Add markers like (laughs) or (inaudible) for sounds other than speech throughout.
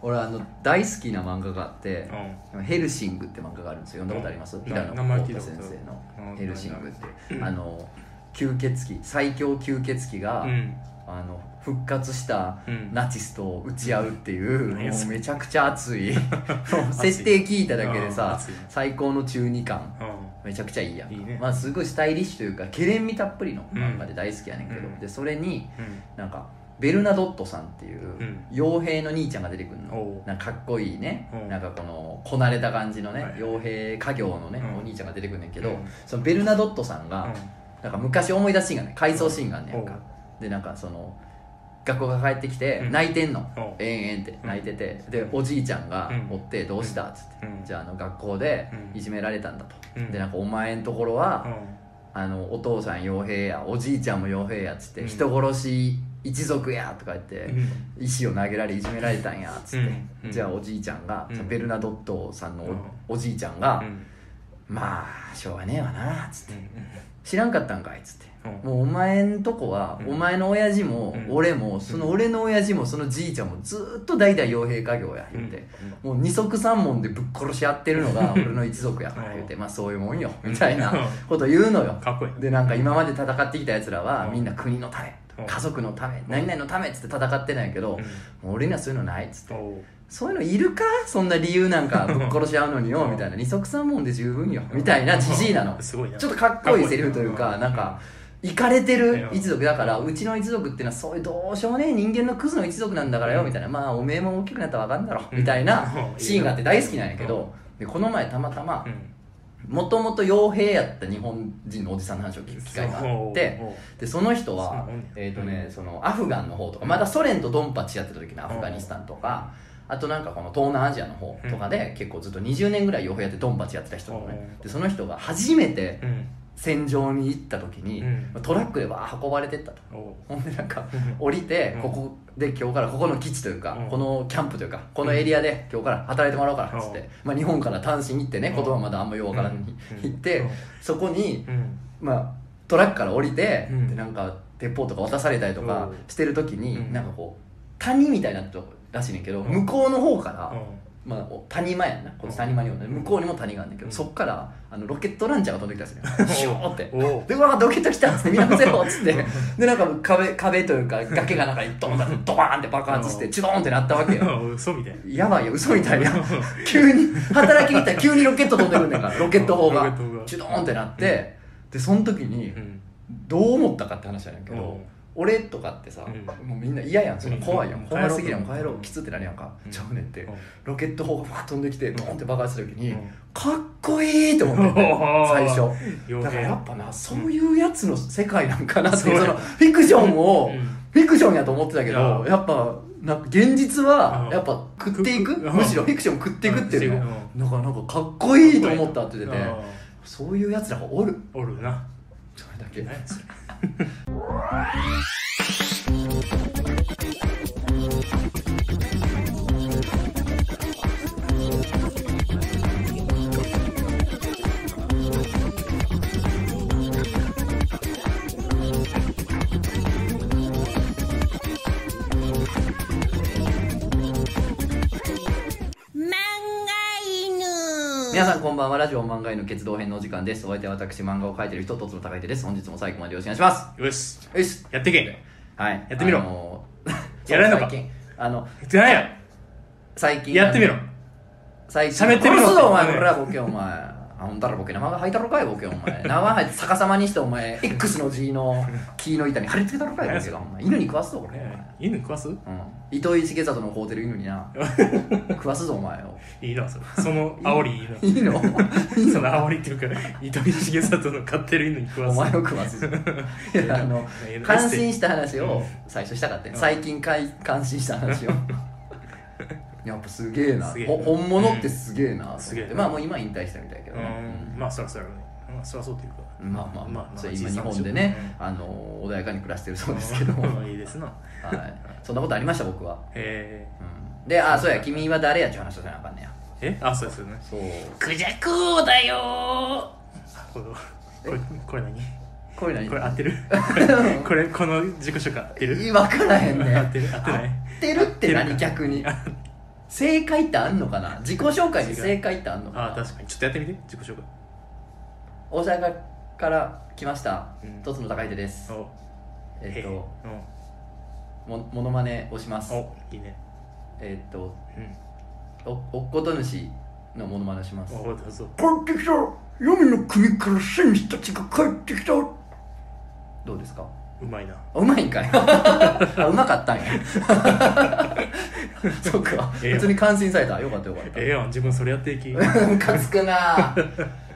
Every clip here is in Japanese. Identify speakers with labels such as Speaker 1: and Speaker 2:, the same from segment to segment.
Speaker 1: 俺あの大好きな漫画があって
Speaker 2: う
Speaker 1: 「ヘルシング」って漫画があるんですよ読んだことあります
Speaker 2: うん
Speaker 1: 平野
Speaker 2: 名前
Speaker 1: 浩
Speaker 2: 聞い
Speaker 1: 太
Speaker 2: たこと
Speaker 1: 先生
Speaker 2: あるう
Speaker 1: の「
Speaker 2: ん
Speaker 1: ヘルシング」ってあの吸血鬼最強吸血鬼が、
Speaker 2: んうん
Speaker 1: あの復活した
Speaker 2: うん
Speaker 1: ナチスと打ち合うっていう、
Speaker 2: 何や
Speaker 1: も
Speaker 2: そうれ
Speaker 1: めちゃくちゃ熱
Speaker 2: (laughs)
Speaker 1: いもう設定聞いただけで
Speaker 2: うん
Speaker 1: さ
Speaker 2: 熱い
Speaker 1: 最高の中二感
Speaker 2: う
Speaker 1: めちゃくちゃいいやんか
Speaker 2: いいね
Speaker 1: まあ、すごいスタイリッシュというかけれんみたっぷりの
Speaker 2: うん
Speaker 1: 漫画で大好きやねんけど、
Speaker 2: うん
Speaker 1: でそれに
Speaker 2: ん
Speaker 1: なんかベルナドットさんっていう
Speaker 2: うん
Speaker 1: 傭兵の兄ちゃんが出てくる
Speaker 2: お
Speaker 1: の
Speaker 2: う
Speaker 1: なんかかっこいいね
Speaker 2: うん
Speaker 1: なんかこのこなれた感じのね
Speaker 2: はい
Speaker 1: 傭兵家業のね
Speaker 2: うん
Speaker 1: お兄ちゃんが出てくるねんけど、
Speaker 2: うん
Speaker 1: そのベルナドットさんが、
Speaker 2: う
Speaker 1: なんか昔思い出シーンがね回想シーンがあんねやん
Speaker 2: お
Speaker 1: か
Speaker 2: う
Speaker 1: でなんかその学校が帰ってきて
Speaker 2: うん
Speaker 1: 泣いてんの、
Speaker 2: おう
Speaker 1: えんえんって
Speaker 2: うん
Speaker 1: 泣いてて、でおじいちゃんが
Speaker 2: う
Speaker 1: お
Speaker 2: ん
Speaker 1: って「どうした?」っつって、
Speaker 2: うん
Speaker 1: じゃああの学校で
Speaker 2: うん
Speaker 1: いじめられたんだと、
Speaker 2: うん
Speaker 1: でなんかお前んところは、
Speaker 2: ん
Speaker 1: あのお父さん傭兵やおじいちゃんも傭兵やっつって、
Speaker 2: うん
Speaker 1: 人殺し一族やとか言って、
Speaker 2: うん
Speaker 1: 石を投げられいじめられたんやっつって、
Speaker 2: うんうん
Speaker 1: じゃあおじいちゃんが、
Speaker 2: うん
Speaker 1: ベルナドットさんのお,、
Speaker 2: うん
Speaker 1: じいちゃんが、
Speaker 2: うん
Speaker 1: まあしょうがねえわなっつって、
Speaker 2: う
Speaker 1: 知らんかったんかいっつって。
Speaker 2: ん
Speaker 1: もうお前んとこは、
Speaker 2: うん
Speaker 1: お前の親父も、
Speaker 2: うん
Speaker 1: 俺もその俺の親父もそのじいちゃんもずーっと代々傭兵家業や言うて、もう二足三門でぶっ殺し合ってるの
Speaker 2: (laughs)
Speaker 1: が俺の一族やから言うてまあそういうもんよみたいな
Speaker 2: うん
Speaker 1: こと言うのよ
Speaker 2: かっこいい
Speaker 1: でなんか今まで戦ってきたやつらは
Speaker 2: うん
Speaker 1: みんな国のため
Speaker 2: うん
Speaker 1: 家族のため何々のためっつって戦ってないけど、もう俺にはそういうのないっつって
Speaker 2: おう
Speaker 1: そういうのいるかそんな理由
Speaker 2: (laughs)
Speaker 1: なんかぶっ殺し合うのによ
Speaker 2: うん
Speaker 1: みたいな二足三門で十分よみたいなじじいなの
Speaker 2: すごいな
Speaker 1: ちょっとかっこいいセリフという
Speaker 2: う
Speaker 1: か、
Speaker 2: ん
Speaker 1: なんか、いかれてる一族だから、うちの一族ってのはそういうどうしようもねえ人間のクズの一族なんだからよ、みたいな。まあ、おめえも大きくなったらわかんだろ、
Speaker 2: うん
Speaker 1: みたいな
Speaker 2: うん
Speaker 1: シーンがあって大好きなんやけど、で、この前たまたま
Speaker 2: う、ん
Speaker 1: もともと傭兵やった日本人のおじさんの話を聞く機会があって、
Speaker 2: おう
Speaker 1: で、その人
Speaker 2: そうな
Speaker 1: は
Speaker 2: んや、
Speaker 1: えっとね、そのアフガンの方とか、まだソ連とドンパチやってた時のアフガニスタンとか、あとなんかこの東南アジアの方とかで結構ずっと20年ぐらい傭兵やってドンパチやってた人なのね
Speaker 2: うん
Speaker 1: でその人が初めて
Speaker 2: うん
Speaker 1: 戦場に行った時に、
Speaker 2: うん
Speaker 1: トラックでわー運ばれてったと
Speaker 2: おう
Speaker 1: ほんでなんか
Speaker 2: うん
Speaker 1: 降りて、
Speaker 2: うん
Speaker 1: ここで今日からここの基地というか、
Speaker 2: うん
Speaker 1: このキャンプというかこのエリアで今日から働いてもらおうからっつって、
Speaker 2: うん
Speaker 1: まあ、日本から単身行ってね
Speaker 2: うん
Speaker 1: 言葉まだあんまようわからんに、
Speaker 2: うん
Speaker 1: 行って、
Speaker 2: うん
Speaker 1: そこに、
Speaker 2: うん
Speaker 1: まあ、トラックから降りて、
Speaker 2: うん
Speaker 1: でなんか鉄砲とか渡されたりとか
Speaker 2: うん
Speaker 1: してる時に、
Speaker 2: うん
Speaker 1: なんかこう谷みたいなとこらしいねんけど、
Speaker 2: うん
Speaker 1: 向こうの方から、
Speaker 2: うん
Speaker 1: まあ、お谷間やんなこっち谷間におんねん向こうにも谷があるんだけど、
Speaker 2: うん
Speaker 1: そっからあのロケットランチャーが飛んできたんですよシューって
Speaker 2: おう
Speaker 1: でうわロケット来たっつってみんな伏せろっつってでなんかもう壁壁というか崖がなんかドンだドバーンって爆発してチュドーンってなったわけよ
Speaker 2: うん嘘みたいな
Speaker 1: やばいよ嘘みたいや (laughs) 急に働きに行ったら急にロケット飛んでくんねんからロケット砲
Speaker 2: ロケ
Speaker 1: が
Speaker 2: ット砲が
Speaker 1: チュドーンってなって、でその時に
Speaker 2: うん
Speaker 1: どう思ったかって話なんやけど、
Speaker 2: うん
Speaker 1: 俺とかってさ、
Speaker 2: う
Speaker 1: もうみんな嫌やんそれ怖いやん
Speaker 2: うん
Speaker 1: 怖すぎるやん
Speaker 2: 帰ろう
Speaker 1: 帰ろうきつってなるやんか、
Speaker 2: うん
Speaker 1: ちゃうねんって、
Speaker 2: うん
Speaker 1: ロケット砲がバーッ飛んできてドーンって爆発した時に、
Speaker 2: うん
Speaker 1: かっこいいと思ってんだよ
Speaker 2: (laughs) おー
Speaker 1: 最初
Speaker 2: 傭兵
Speaker 1: だからやっぱなそういうやつの世界なんかなっていう
Speaker 2: そ
Speaker 1: そ
Speaker 2: うや
Speaker 1: のフィクションを、
Speaker 2: うん
Speaker 1: フィクションやと思ってたけど
Speaker 2: うん
Speaker 1: やっぱなんか現実は
Speaker 2: うん
Speaker 1: やっぱ食っていく
Speaker 2: うん
Speaker 1: むしろフィクション食っていくっていうの
Speaker 2: うん
Speaker 1: なんかなんかかっこいいと思ったって言ってて
Speaker 2: うん
Speaker 1: そういうやつらがおる
Speaker 2: おるな
Speaker 1: それだけ
Speaker 2: 何やそれ
Speaker 3: 漫画犬
Speaker 1: 皆さんこんばんはラジオ漫画への決動編のお時間ですお相手は私漫画を描いてる人とつの高い手です本日も最後までよろしくお願いしま
Speaker 2: よし
Speaker 1: すよし
Speaker 2: やってけ
Speaker 1: はい
Speaker 2: やってみろ
Speaker 1: あの (laughs)
Speaker 2: やらんのか
Speaker 1: 最近あの
Speaker 2: じゃないや
Speaker 1: 最近
Speaker 2: やってみろ
Speaker 1: 最近
Speaker 2: 喋ってみろ
Speaker 1: 殺すぞお前
Speaker 2: うん
Speaker 1: これはボケお前あほんだらボケ生が吐いたろかいボケお前生吐いて逆さまにしてお
Speaker 2: (laughs)
Speaker 1: 前 X の G の木の板に貼り付けたろかいボケがお前犬に食わすぞこれお前
Speaker 2: ねえ犬食わす
Speaker 1: うん糸井重里の飼うてる犬にな食わすぞお前を
Speaker 2: いいなそれその煽りいい
Speaker 1: い
Speaker 2: な
Speaker 1: い
Speaker 2: (laughs)
Speaker 1: の
Speaker 2: その煽りっていうか糸井重里の飼ってる犬に食わ
Speaker 1: お
Speaker 2: す
Speaker 1: 前を食わ
Speaker 2: (laughs)
Speaker 1: すぞいやあの
Speaker 2: いやいや
Speaker 1: 感心した話
Speaker 2: う
Speaker 1: を
Speaker 2: ん
Speaker 1: 最初したかったね
Speaker 2: うん
Speaker 1: 最近かい感心した話
Speaker 2: (laughs)
Speaker 1: をやっぱすげえな
Speaker 2: すげえな
Speaker 1: ほ本物ってすげえなと思って
Speaker 2: すげえな
Speaker 1: まあもう今引退したみたいだけど
Speaker 2: う
Speaker 1: ね
Speaker 2: んまあそらそらねまあそらそうというか
Speaker 1: うんまあまあま
Speaker 2: まあま
Speaker 1: あ
Speaker 2: あ
Speaker 1: それ
Speaker 2: 小
Speaker 1: 今
Speaker 2: さ
Speaker 1: 日
Speaker 2: な
Speaker 1: 本でね
Speaker 2: う
Speaker 1: あの穏やかに暮らしてるそうですけどは
Speaker 2: うんいいですな
Speaker 1: いそんなことありました僕は
Speaker 2: え
Speaker 1: うんであそうや君は誰やっていう話をせなあかんねや
Speaker 2: ーえあそうですよね
Speaker 1: そう
Speaker 3: クジャク王だよ
Speaker 2: これこれこれ何
Speaker 1: こういうのに
Speaker 2: これ合っ
Speaker 1: (laughs)
Speaker 2: てる
Speaker 1: うん
Speaker 2: これこの自己紹介合ってる
Speaker 1: 分からへんね
Speaker 2: 合ってる合ってない
Speaker 1: 合ってるって
Speaker 2: 合
Speaker 1: 何
Speaker 2: ってる
Speaker 1: 逆に
Speaker 2: あ
Speaker 1: 正解ってあんのかな自己紹介に正解ってあんのか
Speaker 2: あ
Speaker 1: な
Speaker 2: あ確かにちょっとやってみて自己紹介
Speaker 1: 大阪から来ました
Speaker 2: うん
Speaker 1: とつの高い手です
Speaker 2: お
Speaker 1: えっ
Speaker 2: へ
Speaker 1: ともモノマネをします
Speaker 2: おおいいね
Speaker 1: えっと
Speaker 2: うん
Speaker 1: おおっこと主のモノマネをします
Speaker 2: おどうぞ
Speaker 1: 帰ってきた黄泉の国から戦士たちが帰ってきたどうですか
Speaker 2: うまいな
Speaker 1: あうまいんかい (laughs) あうまかったんや (laughs) そっか
Speaker 2: ええやん
Speaker 1: 普通に感心されたよかったよかった
Speaker 2: ええやん自分それやって
Speaker 1: (laughs)
Speaker 2: いき
Speaker 1: ムカつくな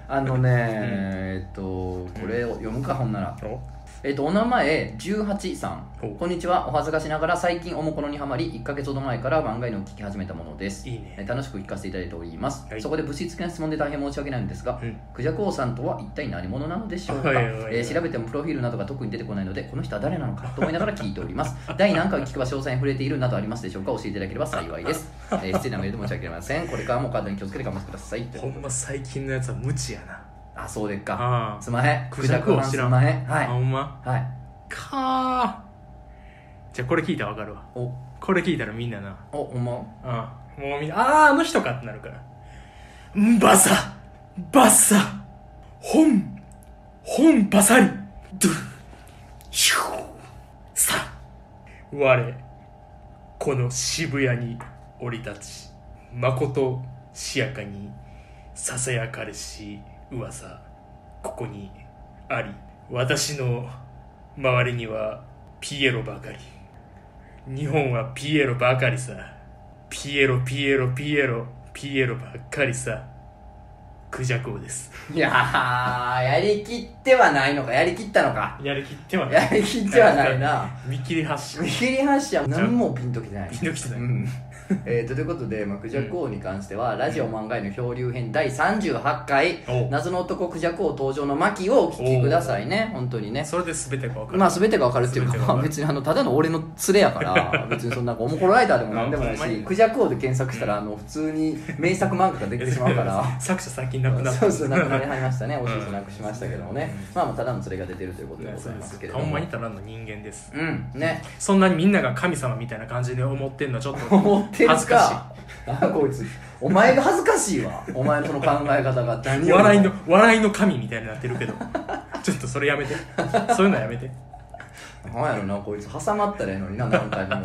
Speaker 1: あのね、えっとこれを読むかほんなら
Speaker 2: お
Speaker 1: えっとお名前18さん
Speaker 2: お
Speaker 1: こんにちはお恥ずかしながら最近おもころにはまり1ヶ月ほど前から漫画のを聞き始めたものです
Speaker 2: いい
Speaker 1: え
Speaker 2: ね
Speaker 1: 楽しく聞かせていただいております、
Speaker 2: はい
Speaker 1: そこで物質的な質問で大変申し訳ないのですが、
Speaker 2: うん
Speaker 1: クジャク王さんとは一体何者なのでしょうか、
Speaker 2: はいはいはい
Speaker 1: えー調べてもプロフィールなどが特に出てこないのでこの人は誰なのかと思いながら聞いております第何回聞けば詳細に触れているなどありますでしょうか教えていただければ幸いです、えー失礼なメールで申し訳ありませんこれからもお体に気をつけて頑張ってください
Speaker 2: ほんま最近のやつは無知やな
Speaker 1: あそうでっか
Speaker 2: あ
Speaker 1: すんまへん
Speaker 2: クジャク王
Speaker 1: クジ
Speaker 2: 知
Speaker 1: ャク
Speaker 2: らん
Speaker 1: 王さんすんまへん
Speaker 2: あ
Speaker 1: は
Speaker 2: ほ
Speaker 1: い
Speaker 2: んま
Speaker 1: はい
Speaker 2: かーじゃあこれ聞いたらわかるわ
Speaker 1: お
Speaker 2: これ聞いたらみんなな
Speaker 1: おほんま
Speaker 2: うんもうみんなあああの人かってなるからんバサバサほんほんバサリドゥシューさ我この渋谷に降り立ちまことしやかにささやかれし噂ここにあり私の周りにはピエロばかり日本はピエロばかりさピエロピエロピエロピエロばっかりさクジャク王です
Speaker 1: いやーやりきってはないのかやりきったのか
Speaker 2: やりきっては
Speaker 1: やりきってはないな
Speaker 2: 見切り発車
Speaker 1: 見切り発車何もピンときてない
Speaker 2: ピンときてない
Speaker 1: うんえーとということで、まあ、クジャク王に関しては、ラジオ漫画への漂流編第38回、
Speaker 2: おう
Speaker 1: 謎の男クジャク王登場の巻をお聞きくださいね本当にね
Speaker 2: それで全てが分かる
Speaker 1: まあ全てがわかるっていうか
Speaker 2: 全てがわかる
Speaker 1: まあ別にあのただの俺の連れやから
Speaker 2: (laughs)
Speaker 1: 別にそんなおもころライターでもなんでもない
Speaker 2: あほんま
Speaker 1: し
Speaker 2: に
Speaker 1: クジャク王で検索したらあの普通に名作漫画ができてしまうから
Speaker 2: 作者最近亡くなっ
Speaker 1: (laughs)
Speaker 2: た
Speaker 1: そうそうなくなりはりましたね惜しいとなくしましたけどもね、まあまあただの連れが出てるということでございますけれど
Speaker 2: ほん
Speaker 1: も
Speaker 2: まにただの人間です
Speaker 1: うんね
Speaker 2: そんなにみんなが神様みたいな感じで思ってんのちょっと
Speaker 1: 思ってるか
Speaker 2: 恥ずか
Speaker 1: あこいつお前が恥ずかしいわお前のその考え方が何よ
Speaker 2: し
Speaker 1: り
Speaker 2: い
Speaker 1: も
Speaker 2: 笑いの笑いの神みたいになってるけど (laughs) ちょっとそれやめてそういうのやめて
Speaker 1: なんやろなこいつ挟まったらええのにな何回も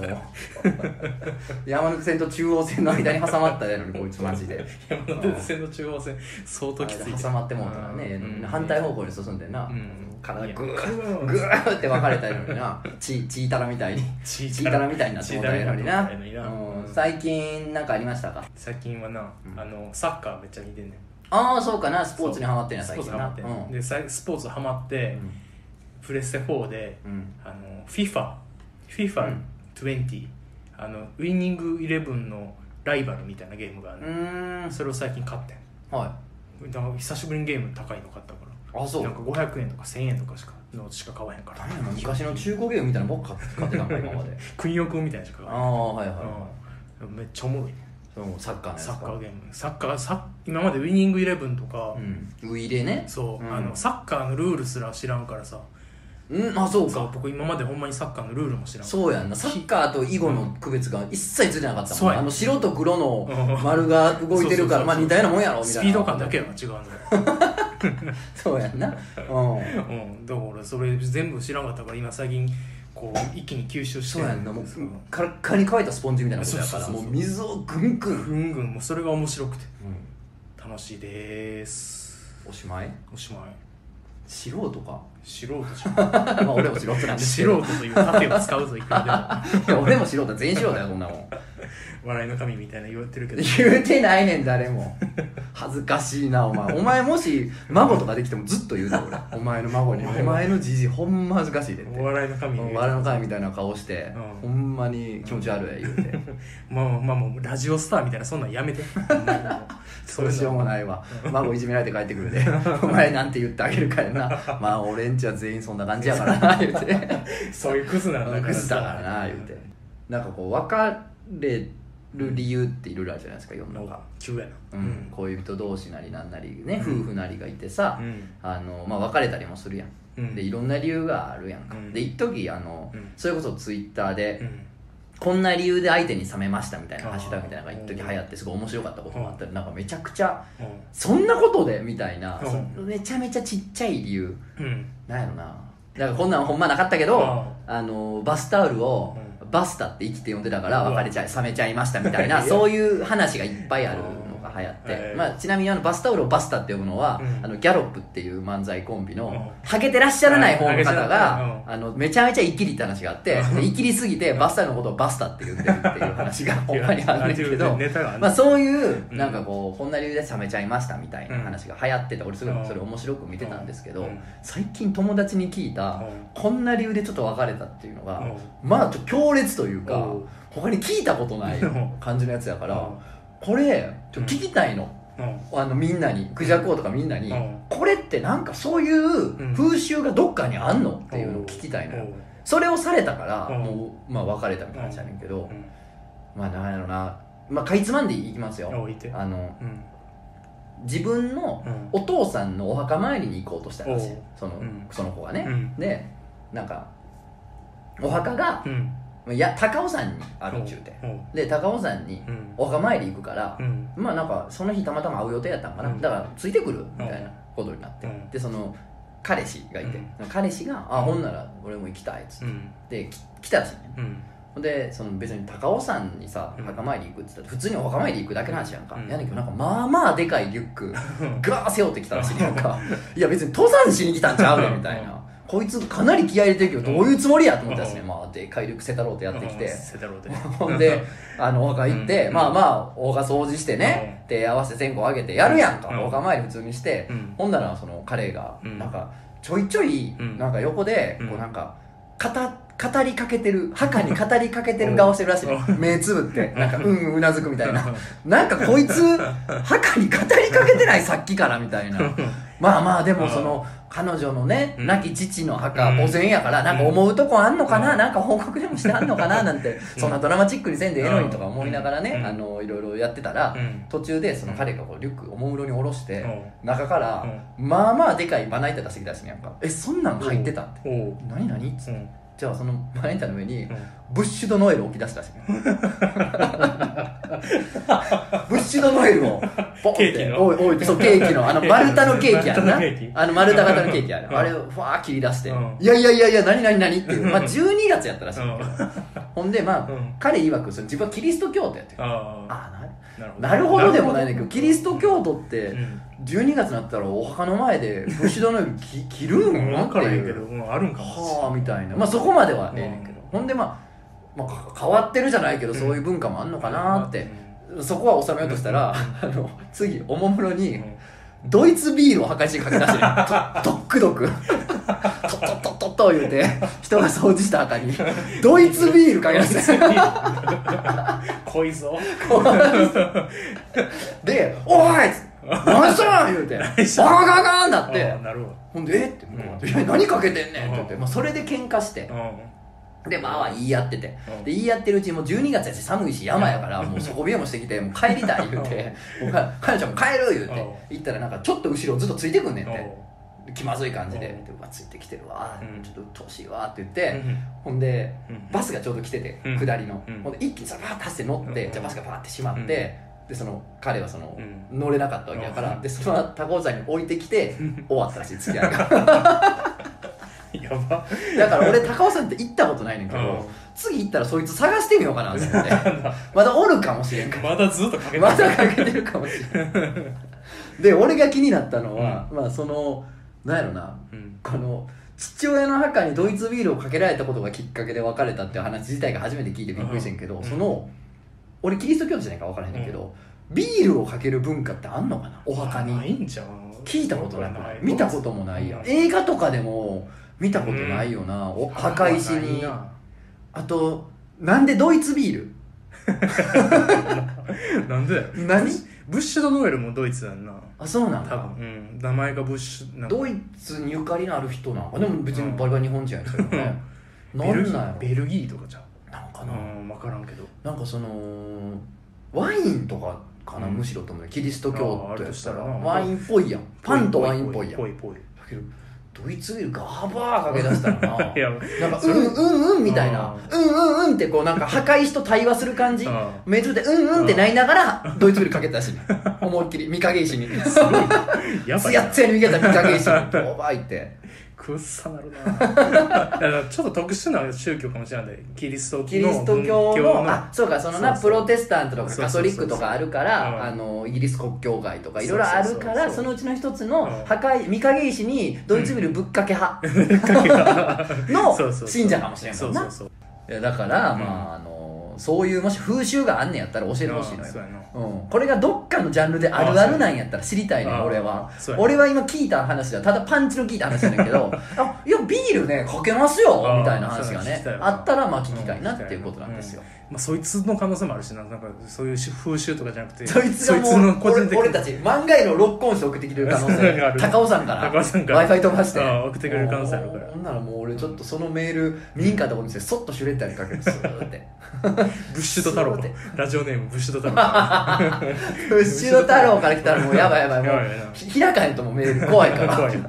Speaker 1: (laughs) 山手線と中央線の間に挟まったらええのにこいつマジで
Speaker 2: 山手線の中央線相当きついで
Speaker 1: 挟まってもうたらね、
Speaker 2: うん
Speaker 1: 反対方向に進んでんな、
Speaker 2: うん
Speaker 1: 体グ
Speaker 2: いや
Speaker 1: ーグーって分かれたらええのになチチータラみたいに
Speaker 2: チ
Speaker 1: チータラみたいになってもうたらええのにな
Speaker 2: チータラみたいになってもうたらええ
Speaker 1: うん最
Speaker 2: のにな
Speaker 1: 近なんかありましたか
Speaker 2: 最近はな、あのサッカーめっちゃ似てんねん
Speaker 1: ああそうかなスポーツにハマってんや
Speaker 2: ス
Speaker 1: 最
Speaker 2: ポーツ
Speaker 1: 近
Speaker 2: ハマ
Speaker 1: な
Speaker 2: ってん、でさいスポーツハマって、
Speaker 1: ん
Speaker 2: プレステ4で、
Speaker 1: うん
Speaker 2: あの FIFA FIFA20、20あのウイニングイレブンのライバルみたいなゲームがある、
Speaker 1: うんうーん
Speaker 2: それを最近買ってん
Speaker 1: はい
Speaker 2: だから久しぶりにゲーム高いの買ったから
Speaker 1: あそう
Speaker 2: なんか500円とか1000円とかしかのしか買わへんから
Speaker 1: 何や昔の中古ゲームみたいなのばっか買ってたんか今
Speaker 2: (laughs)
Speaker 1: まで
Speaker 2: 国用君みたいなしか買
Speaker 1: あ
Speaker 2: わ
Speaker 1: あはいは
Speaker 2: へん
Speaker 1: い、
Speaker 2: うん、めっちゃおもろいね
Speaker 1: そのサッカーのやつ
Speaker 2: サ
Speaker 1: か
Speaker 2: ッカーゲームサッカーサッ今までウイニングイレブンとか、
Speaker 1: うんウイレね
Speaker 2: そう、
Speaker 1: うん
Speaker 2: あのサッカーのルールすら知らんからさ
Speaker 1: うんあそう
Speaker 2: そ
Speaker 1: か
Speaker 2: う僕今までほんまにサッカーのルールも知らん
Speaker 1: そうやんなサッカーと囲碁の区別が一切ついてなかった
Speaker 2: そ
Speaker 1: も
Speaker 2: う
Speaker 1: ん
Speaker 2: やん
Speaker 1: あの白と黒の
Speaker 2: うん
Speaker 1: 丸が動いてるから
Speaker 2: そうそうそうそう
Speaker 1: まあ似たようなもんやろみたいな
Speaker 2: スピード感だけは違うのよ、
Speaker 1: そうやんなうん
Speaker 2: うん、 (laughs) だからそれ全部知らんかったから今最近こう一気に吸収して
Speaker 1: そうやんなもう
Speaker 2: そう
Speaker 1: カラッカラに乾いたスポンジみたいなことやから
Speaker 2: そう
Speaker 1: も
Speaker 2: そう
Speaker 1: う
Speaker 2: そうそう
Speaker 1: 水をぐんぐん
Speaker 2: ぐんぐんもうそれが面白くて楽しいです
Speaker 1: おしまい
Speaker 2: おしまい
Speaker 1: 素人か
Speaker 2: 素人じゃん
Speaker 1: まあ俺も素人 (laughs) なんです
Speaker 2: 素
Speaker 1: けど
Speaker 2: 人という盾を使うぞいくら
Speaker 1: いや俺も素人だ全員素人だよこんなもん
Speaker 2: でも笑いの神みたいな言ってるけど
Speaker 1: 言うてないねん誰 (laughs) も恥ずかしいなお前お前もし孫とかできてもずっと言うぞ俺お前の (laughs) 孫にお前のじじいほんま恥ずかしいでって
Speaker 2: お笑いの神
Speaker 1: お前の会みたいな顔して、ほ
Speaker 2: う
Speaker 1: んまに気持ち悪い言う (laughs) て
Speaker 2: まあまあもうラジオスターみたいなそんなん
Speaker 1: (laughs)
Speaker 2: やめてほんまにも
Speaker 1: ど
Speaker 2: う
Speaker 1: うしようもないわ孫いじめられて帰ってくる (laughs) でお前なんて言ってあげるかやなまあ俺んちは全 (laughs) 員そんな感じやからな言うて
Speaker 2: そういうクズなんだから
Speaker 1: クズだからな言うてなんかこう別れる理由っていろいろあるじゃないですか世の
Speaker 2: なん
Speaker 1: 中
Speaker 2: か急やな
Speaker 1: うん、恋人同士なりなんなりね、
Speaker 2: うん
Speaker 1: 夫婦なりがいてさ、
Speaker 2: うん
Speaker 1: あのまあ、別れたりもするやん、
Speaker 2: うん
Speaker 1: でいろんな理由があるやんか、
Speaker 2: うん
Speaker 1: で一時あの、
Speaker 2: うん
Speaker 1: それこそツイッターで、
Speaker 2: うん
Speaker 1: こんな理由で相手に冷めましたみたいな
Speaker 2: あー
Speaker 1: ハッシュタグみたいなのが一時流行ってすごい面白かったこともあったりなんかめちゃくちゃ
Speaker 2: う
Speaker 1: そんなことでみたいな
Speaker 2: うん
Speaker 1: そめちゃめちゃちっちゃい理由
Speaker 2: んうん
Speaker 1: なんやろなだからこんなんほんまなかったけどあのバスタオルをバスタって生きて呼んでたから別れちゃい冷めちゃいましたみたい
Speaker 2: い (laughs)
Speaker 1: な
Speaker 2: や
Speaker 1: そういう話がいっぱいあるのが流行って、
Speaker 2: うん
Speaker 1: まあ、ちなみにあのバスタオルをバスタって呼ぶのは、
Speaker 2: うん
Speaker 1: あのギャロップっていう漫才コンビの、
Speaker 2: う
Speaker 1: ハゲてらっしゃらない方の
Speaker 2: ハゲてら
Speaker 1: 方
Speaker 2: っしゃらない
Speaker 1: が、あのめちゃめちゃイキリって話があってでイキリすぎてバスタオルのことをバスタって言ってるっていう話がほんまにあるんですけど。
Speaker 2: ネタがある
Speaker 1: まあ、そういう
Speaker 2: うん
Speaker 1: なんかこうこんな理由で冷めちゃいましたみたいな話が流行ってて俺すご
Speaker 2: うん
Speaker 1: いそれ面白く見てたんですけ
Speaker 2: う
Speaker 1: ど
Speaker 2: ん
Speaker 1: 最近友達に聞いた
Speaker 2: うん
Speaker 1: こんな理由でちょっと別れたっていうのが
Speaker 2: う
Speaker 1: まあちょっと強烈というか
Speaker 2: うん
Speaker 1: 他に聞いたことない
Speaker 2: うん
Speaker 1: 感じのやつやから
Speaker 2: うん
Speaker 1: これちょっと聞きたいの
Speaker 2: うん
Speaker 1: あのみんなにクジャク王とかみんなに
Speaker 2: うん
Speaker 1: これってなんかそういう風習がどっかにあんのっていうのを聞きたいのよそれをされたから
Speaker 2: うん
Speaker 1: もうまあ別れたみたいな話やねんけど
Speaker 2: うん
Speaker 1: まあなんやろなまあかいつまんでいきますよ
Speaker 2: 置いて
Speaker 1: あの
Speaker 2: うん
Speaker 1: 自分の
Speaker 2: うん
Speaker 1: お父さんのお墓参りに行こうとしたらしい
Speaker 2: おう
Speaker 1: その,、
Speaker 2: うん
Speaker 1: その子が
Speaker 2: う
Speaker 1: ね、
Speaker 2: ん
Speaker 1: でなんかお墓が
Speaker 2: うん
Speaker 1: いや高尾山にあるっちゅうて
Speaker 2: うん
Speaker 1: で高尾山に
Speaker 2: うん
Speaker 1: お墓参り行くから
Speaker 2: う、ん
Speaker 1: まあなんかその日たまたま会う予定やったんかな、
Speaker 2: うん
Speaker 1: だからついてくるみたいな
Speaker 2: うん
Speaker 1: ことになって、
Speaker 2: うん
Speaker 1: でその彼氏がいて、
Speaker 2: うん
Speaker 1: その彼氏が「あほんなら俺も行きたい」っつって、
Speaker 2: うん
Speaker 1: でき来たらしいね
Speaker 2: うん
Speaker 1: ほんでその別に高尾山にさ
Speaker 2: うん
Speaker 1: 墓参り行くって言ったら普通にお墓参り行くだけの話やんか、
Speaker 2: うん
Speaker 1: やねんけどなんかまあまあでかいリュックガー背負ってきたらしいねなんか (laughs) いや別に登山しに来たんちゃうねんみたいなこいつかなり気合い入れてるけどどういうつもりやと思ったらしね、
Speaker 2: うん
Speaker 1: まあでかいリュック (laughs) せたろうとやってきて、
Speaker 2: せたろうで
Speaker 1: ほんであのお墓行って、
Speaker 2: うん
Speaker 1: まあまあお墓掃除してね、手合わせ線香上げてやるやんか、
Speaker 2: うん
Speaker 1: お墓参り普通にして、
Speaker 2: うん
Speaker 1: ほんならその彼が
Speaker 2: うん
Speaker 1: なんかちょいちょい
Speaker 2: うん
Speaker 1: なんか横で
Speaker 2: うん
Speaker 1: こうなんか語語りかけてる墓に語りかけてる顔してるらしいね
Speaker 2: う
Speaker 1: 目つぶってなんかうんうんうなずくみたいな
Speaker 2: うん
Speaker 1: なんかこいつ墓に語りかけてないさっきからみたいなまあまあでもその彼女のね
Speaker 2: うん
Speaker 1: 亡き父の墓
Speaker 2: うん
Speaker 1: 墓前やからなんか思うとこあんのか
Speaker 2: う
Speaker 1: なんなんか報告でもしてあんのか
Speaker 2: (laughs)
Speaker 1: ななんてそんなドラマチックにせんでええのにとか思いながら
Speaker 2: う
Speaker 1: ね
Speaker 2: ん
Speaker 1: あのいろいろやってたら
Speaker 2: うん
Speaker 1: 途中でその彼がこうリュックおもむろに下ろして
Speaker 2: う
Speaker 1: 中からまあまあでかいまな板出してきたしねやんかえそんなん入ってたって
Speaker 2: おう
Speaker 1: 何何っつって
Speaker 2: うん
Speaker 1: じゃあそのまな板の上に
Speaker 2: うん
Speaker 1: ブッシュドノエルを置き出したしねブッシュドノエルをポンって
Speaker 2: ケーキの
Speaker 1: おいおいそうケーキのあの丸太のケーキやんな
Speaker 2: 丸太のケーキ
Speaker 1: あの丸太型のケーキや
Speaker 2: うん
Speaker 1: るあれをふわー切り出して
Speaker 2: うん
Speaker 1: いやいやいやいや何何何っていうまあ12月やったらしい
Speaker 2: うん
Speaker 1: だ
Speaker 2: ん
Speaker 1: けどほんでまあ
Speaker 2: うん
Speaker 1: 彼曰くその自分はキリスト教徒やってる
Speaker 2: あ
Speaker 1: ああ
Speaker 2: あなるほ
Speaker 1: なるほどでもないねんだけどキリスト教徒って
Speaker 2: うん
Speaker 1: 12月になったらお墓の前でブッシュドノエルき着るん
Speaker 2: 分から
Speaker 1: っ
Speaker 2: へ
Speaker 1: てい
Speaker 2: ん
Speaker 1: う
Speaker 2: けどうんあるんかも
Speaker 1: はあみたいなまあそこまではええねんけど、
Speaker 2: うん
Speaker 1: ほんでまあ、まあか変わってるじゃないけど、
Speaker 2: うん
Speaker 1: そういう文化もあんのかなって、そこは収めようとしたら、あの次おもむろに、 (laughs)
Speaker 2: うん
Speaker 1: ドイツビールを墓地にかけ出してねととっくどくとっとっとっとっと言うて人が掃除した墓にドイツビールかけ出して
Speaker 2: 濃いぞ
Speaker 1: で「おい!」何したん言うて「あ
Speaker 2: 何したん
Speaker 1: かんあかんあかん!」だって
Speaker 2: あなるほど
Speaker 1: ほんで「えっ?」て向こうが
Speaker 2: うん
Speaker 1: いや何かけてんねん」って言って、
Speaker 2: うん
Speaker 1: まあ、それで喧嘩して
Speaker 2: う
Speaker 1: でまあまあ言い合ってて
Speaker 2: うん
Speaker 1: で言い合ってるうちにもう12月やし寒いし山やからもう底冷えもしてき
Speaker 2: (laughs)
Speaker 1: てもう帰りたい言うて「もうか彼女も帰る」言う
Speaker 2: うん
Speaker 1: て行ったらなんかちょっと後ろずっとついてくんねん
Speaker 2: ん
Speaker 1: て気まずい感じで
Speaker 2: う
Speaker 1: 「
Speaker 2: ん
Speaker 1: でうわついてきてるわ
Speaker 2: うん
Speaker 1: ちょっと鬱陶しいわ」って言っ
Speaker 2: う
Speaker 1: て
Speaker 2: ん
Speaker 1: ほんで
Speaker 2: うん
Speaker 1: バスがちょうど来てて
Speaker 2: うん
Speaker 1: 下りの
Speaker 2: うん
Speaker 1: ほんで一気にさバーッて走って乗っ
Speaker 2: う
Speaker 1: て
Speaker 2: ん
Speaker 1: じゃあバスがバーってしまってでその彼はその
Speaker 2: うん
Speaker 1: 乗れなかったわけやから
Speaker 2: うん
Speaker 1: でその高尾山に置いてきて終わったらしい付き合いが。
Speaker 2: やば
Speaker 1: (laughs) だから俺高尾山って行ったことないねんけど、
Speaker 2: うん
Speaker 1: 次行ったらそいつ探してみようかなと思
Speaker 2: (laughs)
Speaker 1: ってまだおるかもしれんから
Speaker 2: まだずっとかけて
Speaker 1: まだかけてるかもしれんで俺が気になったのは、まあそのなんやろな
Speaker 2: うん
Speaker 1: この父親の墓にドイツビールをかけられたことがきっかけで別れたっていう話自体が初めて聞いてびっくりしてんけど、
Speaker 2: うん
Speaker 1: その俺キリスト教徒じゃないから分からへんねんけど、ビールをかける文化ってあんのかなお墓に
Speaker 2: ないんじゃん
Speaker 1: 聞いたことなくない見たこともないやん映画とかでも見たことないよな、お墓石に
Speaker 2: ない
Speaker 1: あとなんでドイツビール
Speaker 2: ななんでだよ
Speaker 1: 何
Speaker 2: ブッシュドノエルもドイツだんな
Speaker 1: あそうなん
Speaker 2: 多
Speaker 1: だ
Speaker 2: 分うん名前がブッシュなんか
Speaker 1: ドイツにゆかりのある人なんかでも別にバリバリ日本人やけどね、(laughs)
Speaker 2: ベ
Speaker 1: な
Speaker 2: ル
Speaker 1: ん
Speaker 2: ギ
Speaker 1: なんや
Speaker 2: ーベルギーとかじゃん
Speaker 1: ろなんか
Speaker 2: う
Speaker 1: な、
Speaker 2: ん分からんけど
Speaker 1: なんかそのワインとかかな、
Speaker 2: うん
Speaker 1: むしろと思うキリスト教
Speaker 2: あーあ
Speaker 1: 徒
Speaker 2: る
Speaker 1: や
Speaker 2: と
Speaker 1: っ
Speaker 2: したた
Speaker 1: ら
Speaker 2: ら
Speaker 1: ワインっぽいやんパンとワインっぽいやんだ
Speaker 2: ぽいぽいぽい
Speaker 1: けどドイツビールガバーかけ出したらな
Speaker 2: (laughs) いや
Speaker 1: なんかうんうんうんみたいなうんうんうんってこうなんか破壊しと対話する感じ
Speaker 2: うん
Speaker 1: メズでうんうんってなりながらドイツビールかけてたしね思いっきり三影石にすごい
Speaker 2: やばい
Speaker 1: やっ
Speaker 2: な
Speaker 1: つやに逃げた三影石にドバーいって
Speaker 2: くっさなる (laughs) なだからちょっと特殊な宗教かもしれないキリスト教の
Speaker 1: キリスト教
Speaker 2: 文
Speaker 1: のあそうかそのな
Speaker 2: そうそ
Speaker 1: プ
Speaker 2: う
Speaker 1: ロテスタントとか
Speaker 2: そう
Speaker 1: カ
Speaker 2: そ
Speaker 1: ト
Speaker 2: うそう
Speaker 1: リ
Speaker 2: そう
Speaker 1: ックとかあるか
Speaker 2: うん
Speaker 1: らあのイギリス国教会とかいろいろあるか
Speaker 2: そう
Speaker 1: ら
Speaker 2: そ
Speaker 1: そうのうちの一つ
Speaker 2: うん
Speaker 1: の破壊三影石にドイツビールぶっかけ派 (laughs) の
Speaker 2: (laughs) そうそうそう
Speaker 1: 信者かもしれんもんな
Speaker 2: そうそうそう
Speaker 1: いやだから、
Speaker 2: うん
Speaker 1: まああのそういうもし風習があんねんやったら教えてほしいの
Speaker 2: あ
Speaker 1: よ
Speaker 2: そうやな
Speaker 1: うん、これがどっかのジャンルであるあるなんやったら知りたいね
Speaker 2: あ
Speaker 1: ん
Speaker 2: ー
Speaker 1: 俺は
Speaker 2: そうやな
Speaker 1: 俺は今聞いた話だただパンチの聞いた話だけ
Speaker 2: (laughs)
Speaker 1: どあいやビールねかけますよ
Speaker 2: あー
Speaker 1: みたいな話が
Speaker 2: そう
Speaker 1: ね
Speaker 2: や聞きたいわ
Speaker 1: あったらまあ聞きたいなっていうことなんですよ、
Speaker 2: まあ、そいつの可能性もあるしななんかそういう風習とかじゃなくて
Speaker 1: そいつが
Speaker 2: そいつ
Speaker 1: も
Speaker 2: の
Speaker 1: う
Speaker 2: 個
Speaker 1: 俺
Speaker 2: 人的
Speaker 1: 俺たち漫画へのロックオンして送ってきてる可能
Speaker 2: なんかあ
Speaker 1: 性
Speaker 2: る
Speaker 1: 高尾山から
Speaker 2: 高尾山か
Speaker 1: w
Speaker 2: ら
Speaker 1: i f i 飛ばして
Speaker 2: うん送ってくれる可能性あるから
Speaker 1: ほんならもう俺ちょっとそのメール民家とこにしてそっとシュレッダーにかけ
Speaker 2: (laughs)
Speaker 1: るすーって
Speaker 2: ブッシュド太郎
Speaker 1: そうだよ
Speaker 2: ラジオネームブッシ
Speaker 1: (laughs)
Speaker 2: ュド太郎
Speaker 1: 後ろ太郎から来たらもうやばい
Speaker 2: (laughs)
Speaker 1: やばいも
Speaker 2: やばいやば
Speaker 1: うひ開かへんともうメール怖いから
Speaker 2: (laughs) 怖いよ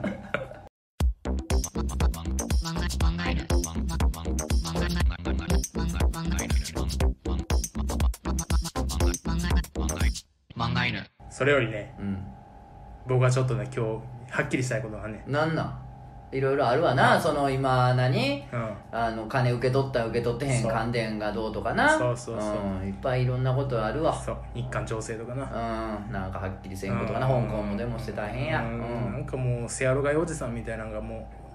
Speaker 2: それよりね
Speaker 1: うん
Speaker 2: 僕はちょっとね今日はっきりしたいことがね
Speaker 1: なんなんいろいろあるわな、その今何
Speaker 2: うん
Speaker 1: あの金受け取った受け取ってへん
Speaker 2: そう
Speaker 1: 関電がどうとかな、
Speaker 2: そうそうそうん
Speaker 1: いっぱいいろんなことあるわ
Speaker 2: そう日韓情勢とか
Speaker 1: うん
Speaker 2: な
Speaker 1: なんかはっきりせんことかな、
Speaker 2: うん
Speaker 1: 香港もデモして大変や
Speaker 2: う
Speaker 1: うん
Speaker 2: なん
Speaker 1: ん、
Speaker 2: かもうせやろがいおじさんみたいなのがもう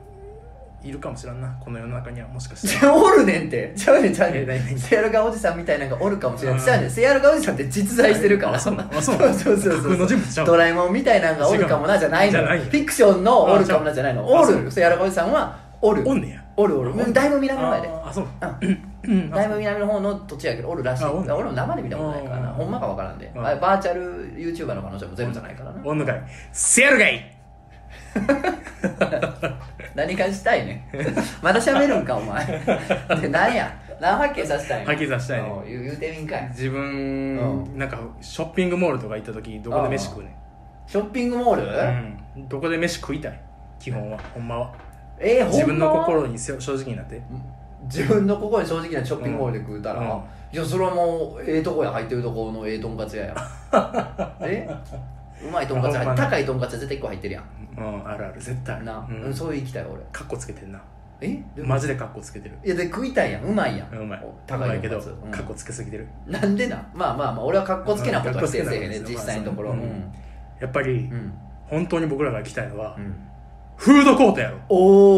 Speaker 2: いるかもしらんなこの世の中にはもしかして
Speaker 1: じ (laughs) ゃおるねんってちゃうねんちゃうね
Speaker 2: (laughs) え何
Speaker 1: ん
Speaker 2: 何
Speaker 1: せやるがおじさんみたいなのがおるかもしれな
Speaker 2: う
Speaker 1: い
Speaker 2: ん
Speaker 1: ちゃうねんせやるがおじさんって実在してるから
Speaker 2: あそうなのあ
Speaker 1: そ
Speaker 2: そ
Speaker 1: うう
Speaker 2: な
Speaker 1: (laughs)
Speaker 2: の
Speaker 1: そうそう
Speaker 2: 架
Speaker 1: そ
Speaker 2: 空
Speaker 1: う
Speaker 2: の人物ちゃうの
Speaker 1: ドラえもんみたいなのがおるかもなじゃないの
Speaker 2: 違う
Speaker 1: よ
Speaker 2: じゃないよ
Speaker 1: フィクションのおるかもなじゃないの
Speaker 2: あ
Speaker 1: お
Speaker 2: じゃああそう
Speaker 1: るせやるがおじさんはおる
Speaker 2: おんねや
Speaker 1: おるおる
Speaker 2: あ
Speaker 1: うんだいぶ南の方やで
Speaker 2: ああそう
Speaker 1: うんだいぶ南の方の土地やけどおるらしい
Speaker 2: あおんの
Speaker 1: 俺も生で見たことないからな
Speaker 2: うん
Speaker 1: ほんまかわからんで
Speaker 2: うん
Speaker 1: あれバーチャル YouTuber の可能性もゼロじゃないからな
Speaker 2: おんのかいせやろがい
Speaker 1: 何かしたいねまだ喋るんかお前
Speaker 2: (laughs)
Speaker 1: で何や何発見させたいの
Speaker 2: 発見させたいね
Speaker 1: うん言う言うてみんかい
Speaker 2: 自分、
Speaker 1: う
Speaker 2: なんかショッピングモールとか行った時どこで飯食うね
Speaker 1: ショッピングモール、
Speaker 2: ん、うん、どこで飯食いたい基本はほんまは
Speaker 1: えー、ほんま
Speaker 2: 自分の心にせ正直になって
Speaker 1: 自分の心に正直なショッピングモールで食うたら、
Speaker 2: うん
Speaker 1: いやそれはもうええとこや入ってるとこのええとんかつ屋や
Speaker 2: (laughs)
Speaker 1: えうまいとんかつ
Speaker 2: あ
Speaker 1: 屋
Speaker 2: ほ
Speaker 1: 入
Speaker 2: んま
Speaker 1: っ
Speaker 2: に
Speaker 1: 高いとんかつ屋絶対1個入ってるやん
Speaker 2: うんあるある絶対ある
Speaker 1: な、
Speaker 2: う
Speaker 1: うん
Speaker 2: ん、
Speaker 1: そういう行きたい俺
Speaker 2: カッコつけてんな
Speaker 1: えでも
Speaker 2: マジでカッコつけてる
Speaker 1: いやで食いたいやんうまいやん
Speaker 2: うまい
Speaker 1: 高
Speaker 2: うま
Speaker 1: い
Speaker 2: いけど
Speaker 1: とんか
Speaker 2: カッ
Speaker 1: つ
Speaker 2: コつけすぎてる
Speaker 1: うんなんでなまあまあまあ俺はかっこつけなことは否定せえへんね
Speaker 2: うん
Speaker 1: 実際のところ
Speaker 2: う
Speaker 1: うんん
Speaker 2: やっぱり、
Speaker 1: うん
Speaker 2: 本当に僕らが行きたいのは、
Speaker 1: うん
Speaker 2: フードコートやろ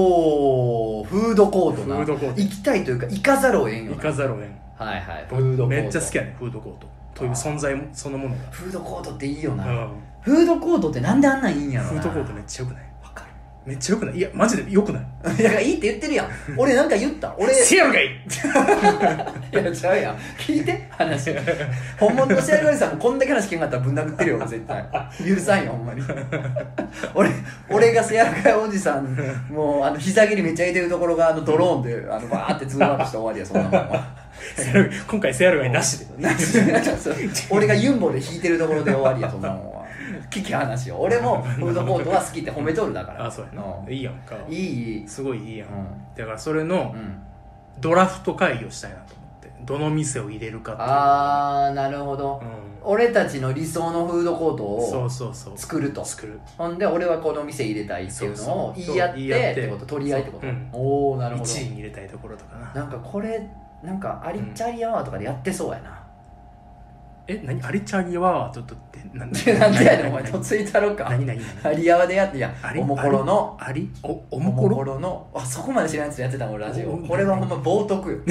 Speaker 1: おーフードコートな
Speaker 2: フードコート
Speaker 1: 行きたいというか行かざるをえんよ
Speaker 2: 行
Speaker 1: な
Speaker 2: かざるをえん
Speaker 1: はいはいフ
Speaker 2: 僕
Speaker 1: ードコート
Speaker 2: めっちゃ好きやねフードコートという存在もそのものが、
Speaker 1: フードコートっていいよな、
Speaker 2: うん、
Speaker 1: フードコートってなんであんなんいいんやろ
Speaker 2: フ
Speaker 1: な
Speaker 2: ードコートめっちゃよくない
Speaker 1: わか
Speaker 2: めっちゃよくないいやマジでよくない
Speaker 1: る (laughs) だからいいって言ってるやん俺なんか言った
Speaker 2: (laughs)
Speaker 1: 俺
Speaker 2: せやろがい
Speaker 1: いやちゃうやん聞いて話本物のシェア料理さんもこんだけ話聞けんかったらぶん殴ってるよ俺絶対許さんよほんまに俺俺がシェア料理おじさんもうあの膝蹴りめっちゃ入れてるところがあのドローンであのバーってズームアップして終わりやそんなもんは
Speaker 2: せやろがい今回せやろがいなしで
Speaker 1: なし (laughs) 俺がユンボで弾いてるところで終わりやそんなもん
Speaker 2: (laughs)
Speaker 1: は聞き話よ俺もフードコートは好きって褒めとるだから
Speaker 2: あそうやな、
Speaker 1: ん
Speaker 2: いいやんか
Speaker 1: いいいい
Speaker 2: すごいいいやん、
Speaker 1: う
Speaker 2: だからそれの
Speaker 1: うん
Speaker 2: ドラフト会議をしたいなと思ってどの店を入れるかっていう
Speaker 1: あーなるほど、
Speaker 2: う
Speaker 1: 俺たちの理想のフードコート
Speaker 2: ん、そ
Speaker 1: を
Speaker 2: うそうそう
Speaker 1: 作ると
Speaker 2: 作る
Speaker 1: ほんで俺はこの店入れたいっていうのを
Speaker 2: そう
Speaker 1: 言
Speaker 2: そう
Speaker 1: い合って
Speaker 2: 言い合って
Speaker 1: ってこと取り合いってこと、
Speaker 2: そううん
Speaker 1: おおなるほど
Speaker 2: 1位に入れたいところとかな
Speaker 1: なんかこれなんかアリッチャリアワーとかでやってそうやな、
Speaker 2: え何アリチャギはちょっとってな
Speaker 1: (laughs) な
Speaker 2: ん
Speaker 1: んでやねんお前
Speaker 2: 何
Speaker 1: とっついたろか
Speaker 2: 何何
Speaker 1: アリアワでやっていや
Speaker 2: アリ
Speaker 1: おもころの
Speaker 2: アリおお
Speaker 1: お
Speaker 2: もころ
Speaker 1: ろのあそこまで知らんやつでやってたもんラジオ
Speaker 2: おもころ
Speaker 1: これはほんま冒涜
Speaker 2: (laughs)
Speaker 1: よ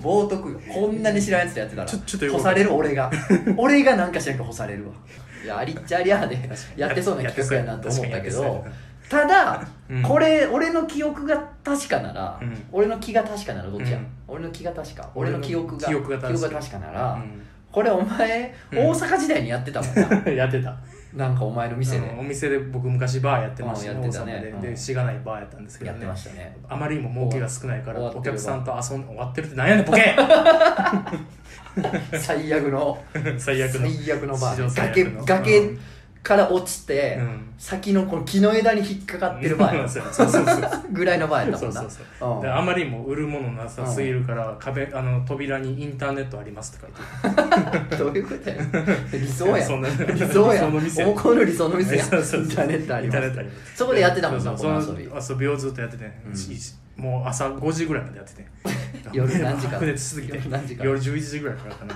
Speaker 1: 冒涜よこんなに知らんやつでやってたら
Speaker 2: ちょちょっとよく
Speaker 1: 干
Speaker 2: わか
Speaker 1: さ
Speaker 2: んない
Speaker 1: れる俺
Speaker 2: (laughs)
Speaker 1: が俺がなんかしらんか干されるわいやアリッチャリアワでやってそうな企画やなと思ったけどただ、
Speaker 2: うん
Speaker 1: これ俺の記憶が確かなら、
Speaker 2: うん
Speaker 1: 俺の気が確かならどっちや、
Speaker 2: うん
Speaker 1: 俺の気が確か俺の記憶が
Speaker 2: 記憶が確か
Speaker 1: なら、
Speaker 2: や
Speaker 1: これお前、
Speaker 2: うん
Speaker 1: 大阪時代にやってたもん
Speaker 2: (laughs)
Speaker 1: な
Speaker 2: やってた
Speaker 1: なんかお前の店で
Speaker 2: うんお店で僕昔バーやってました
Speaker 1: うんやってたね
Speaker 2: 大阪
Speaker 1: うん
Speaker 2: ででしがないバーやったんですけど
Speaker 1: や
Speaker 2: ね
Speaker 1: ってましたね
Speaker 2: あまりにも儲けが少ないから
Speaker 1: 終わ
Speaker 2: お
Speaker 1: ってる
Speaker 2: 客
Speaker 1: わ
Speaker 2: さんと遊んで終わってるってなんやねんボケ
Speaker 1: 最悪の
Speaker 2: 最悪の
Speaker 1: 最悪のバ
Speaker 2: 史上
Speaker 1: ー
Speaker 2: 最
Speaker 1: 崖
Speaker 2: 悪の
Speaker 1: 崖、
Speaker 2: うん
Speaker 1: から落ちて、
Speaker 2: うん
Speaker 1: 先のこの木の枝に引っかかってる場
Speaker 2: (laughs)
Speaker 1: 合
Speaker 2: そうそうそうそう
Speaker 1: ぐらいの場合だ
Speaker 2: そ
Speaker 1: も
Speaker 2: うん
Speaker 1: な
Speaker 2: そうそう
Speaker 1: うん
Speaker 2: であまりにも売るものなさすぎるから、壁あの扉にインターネットありますって書いて
Speaker 1: どういうことやねん理想やん
Speaker 2: そんな
Speaker 1: 理想や
Speaker 2: そ
Speaker 1: ん
Speaker 2: の店
Speaker 1: おこの理想の店やんイン
Speaker 2: そ
Speaker 1: タ
Speaker 2: うそうそう
Speaker 1: ーネットあ
Speaker 2: あ
Speaker 1: り
Speaker 2: るイン
Speaker 1: ま
Speaker 2: タ
Speaker 1: す
Speaker 2: ーネットあります
Speaker 1: そこでやってたもんな
Speaker 2: そう
Speaker 1: こ
Speaker 2: そう
Speaker 1: の
Speaker 2: そ
Speaker 1: 遊
Speaker 2: の
Speaker 1: び
Speaker 2: 遊びをずっとやってて、
Speaker 1: うん
Speaker 2: いちもう朝5時ぐらいまでやってて
Speaker 1: 夜何時から
Speaker 2: 白熱しすぎて
Speaker 1: 夜何時から
Speaker 2: 夜11時ぐらいからかな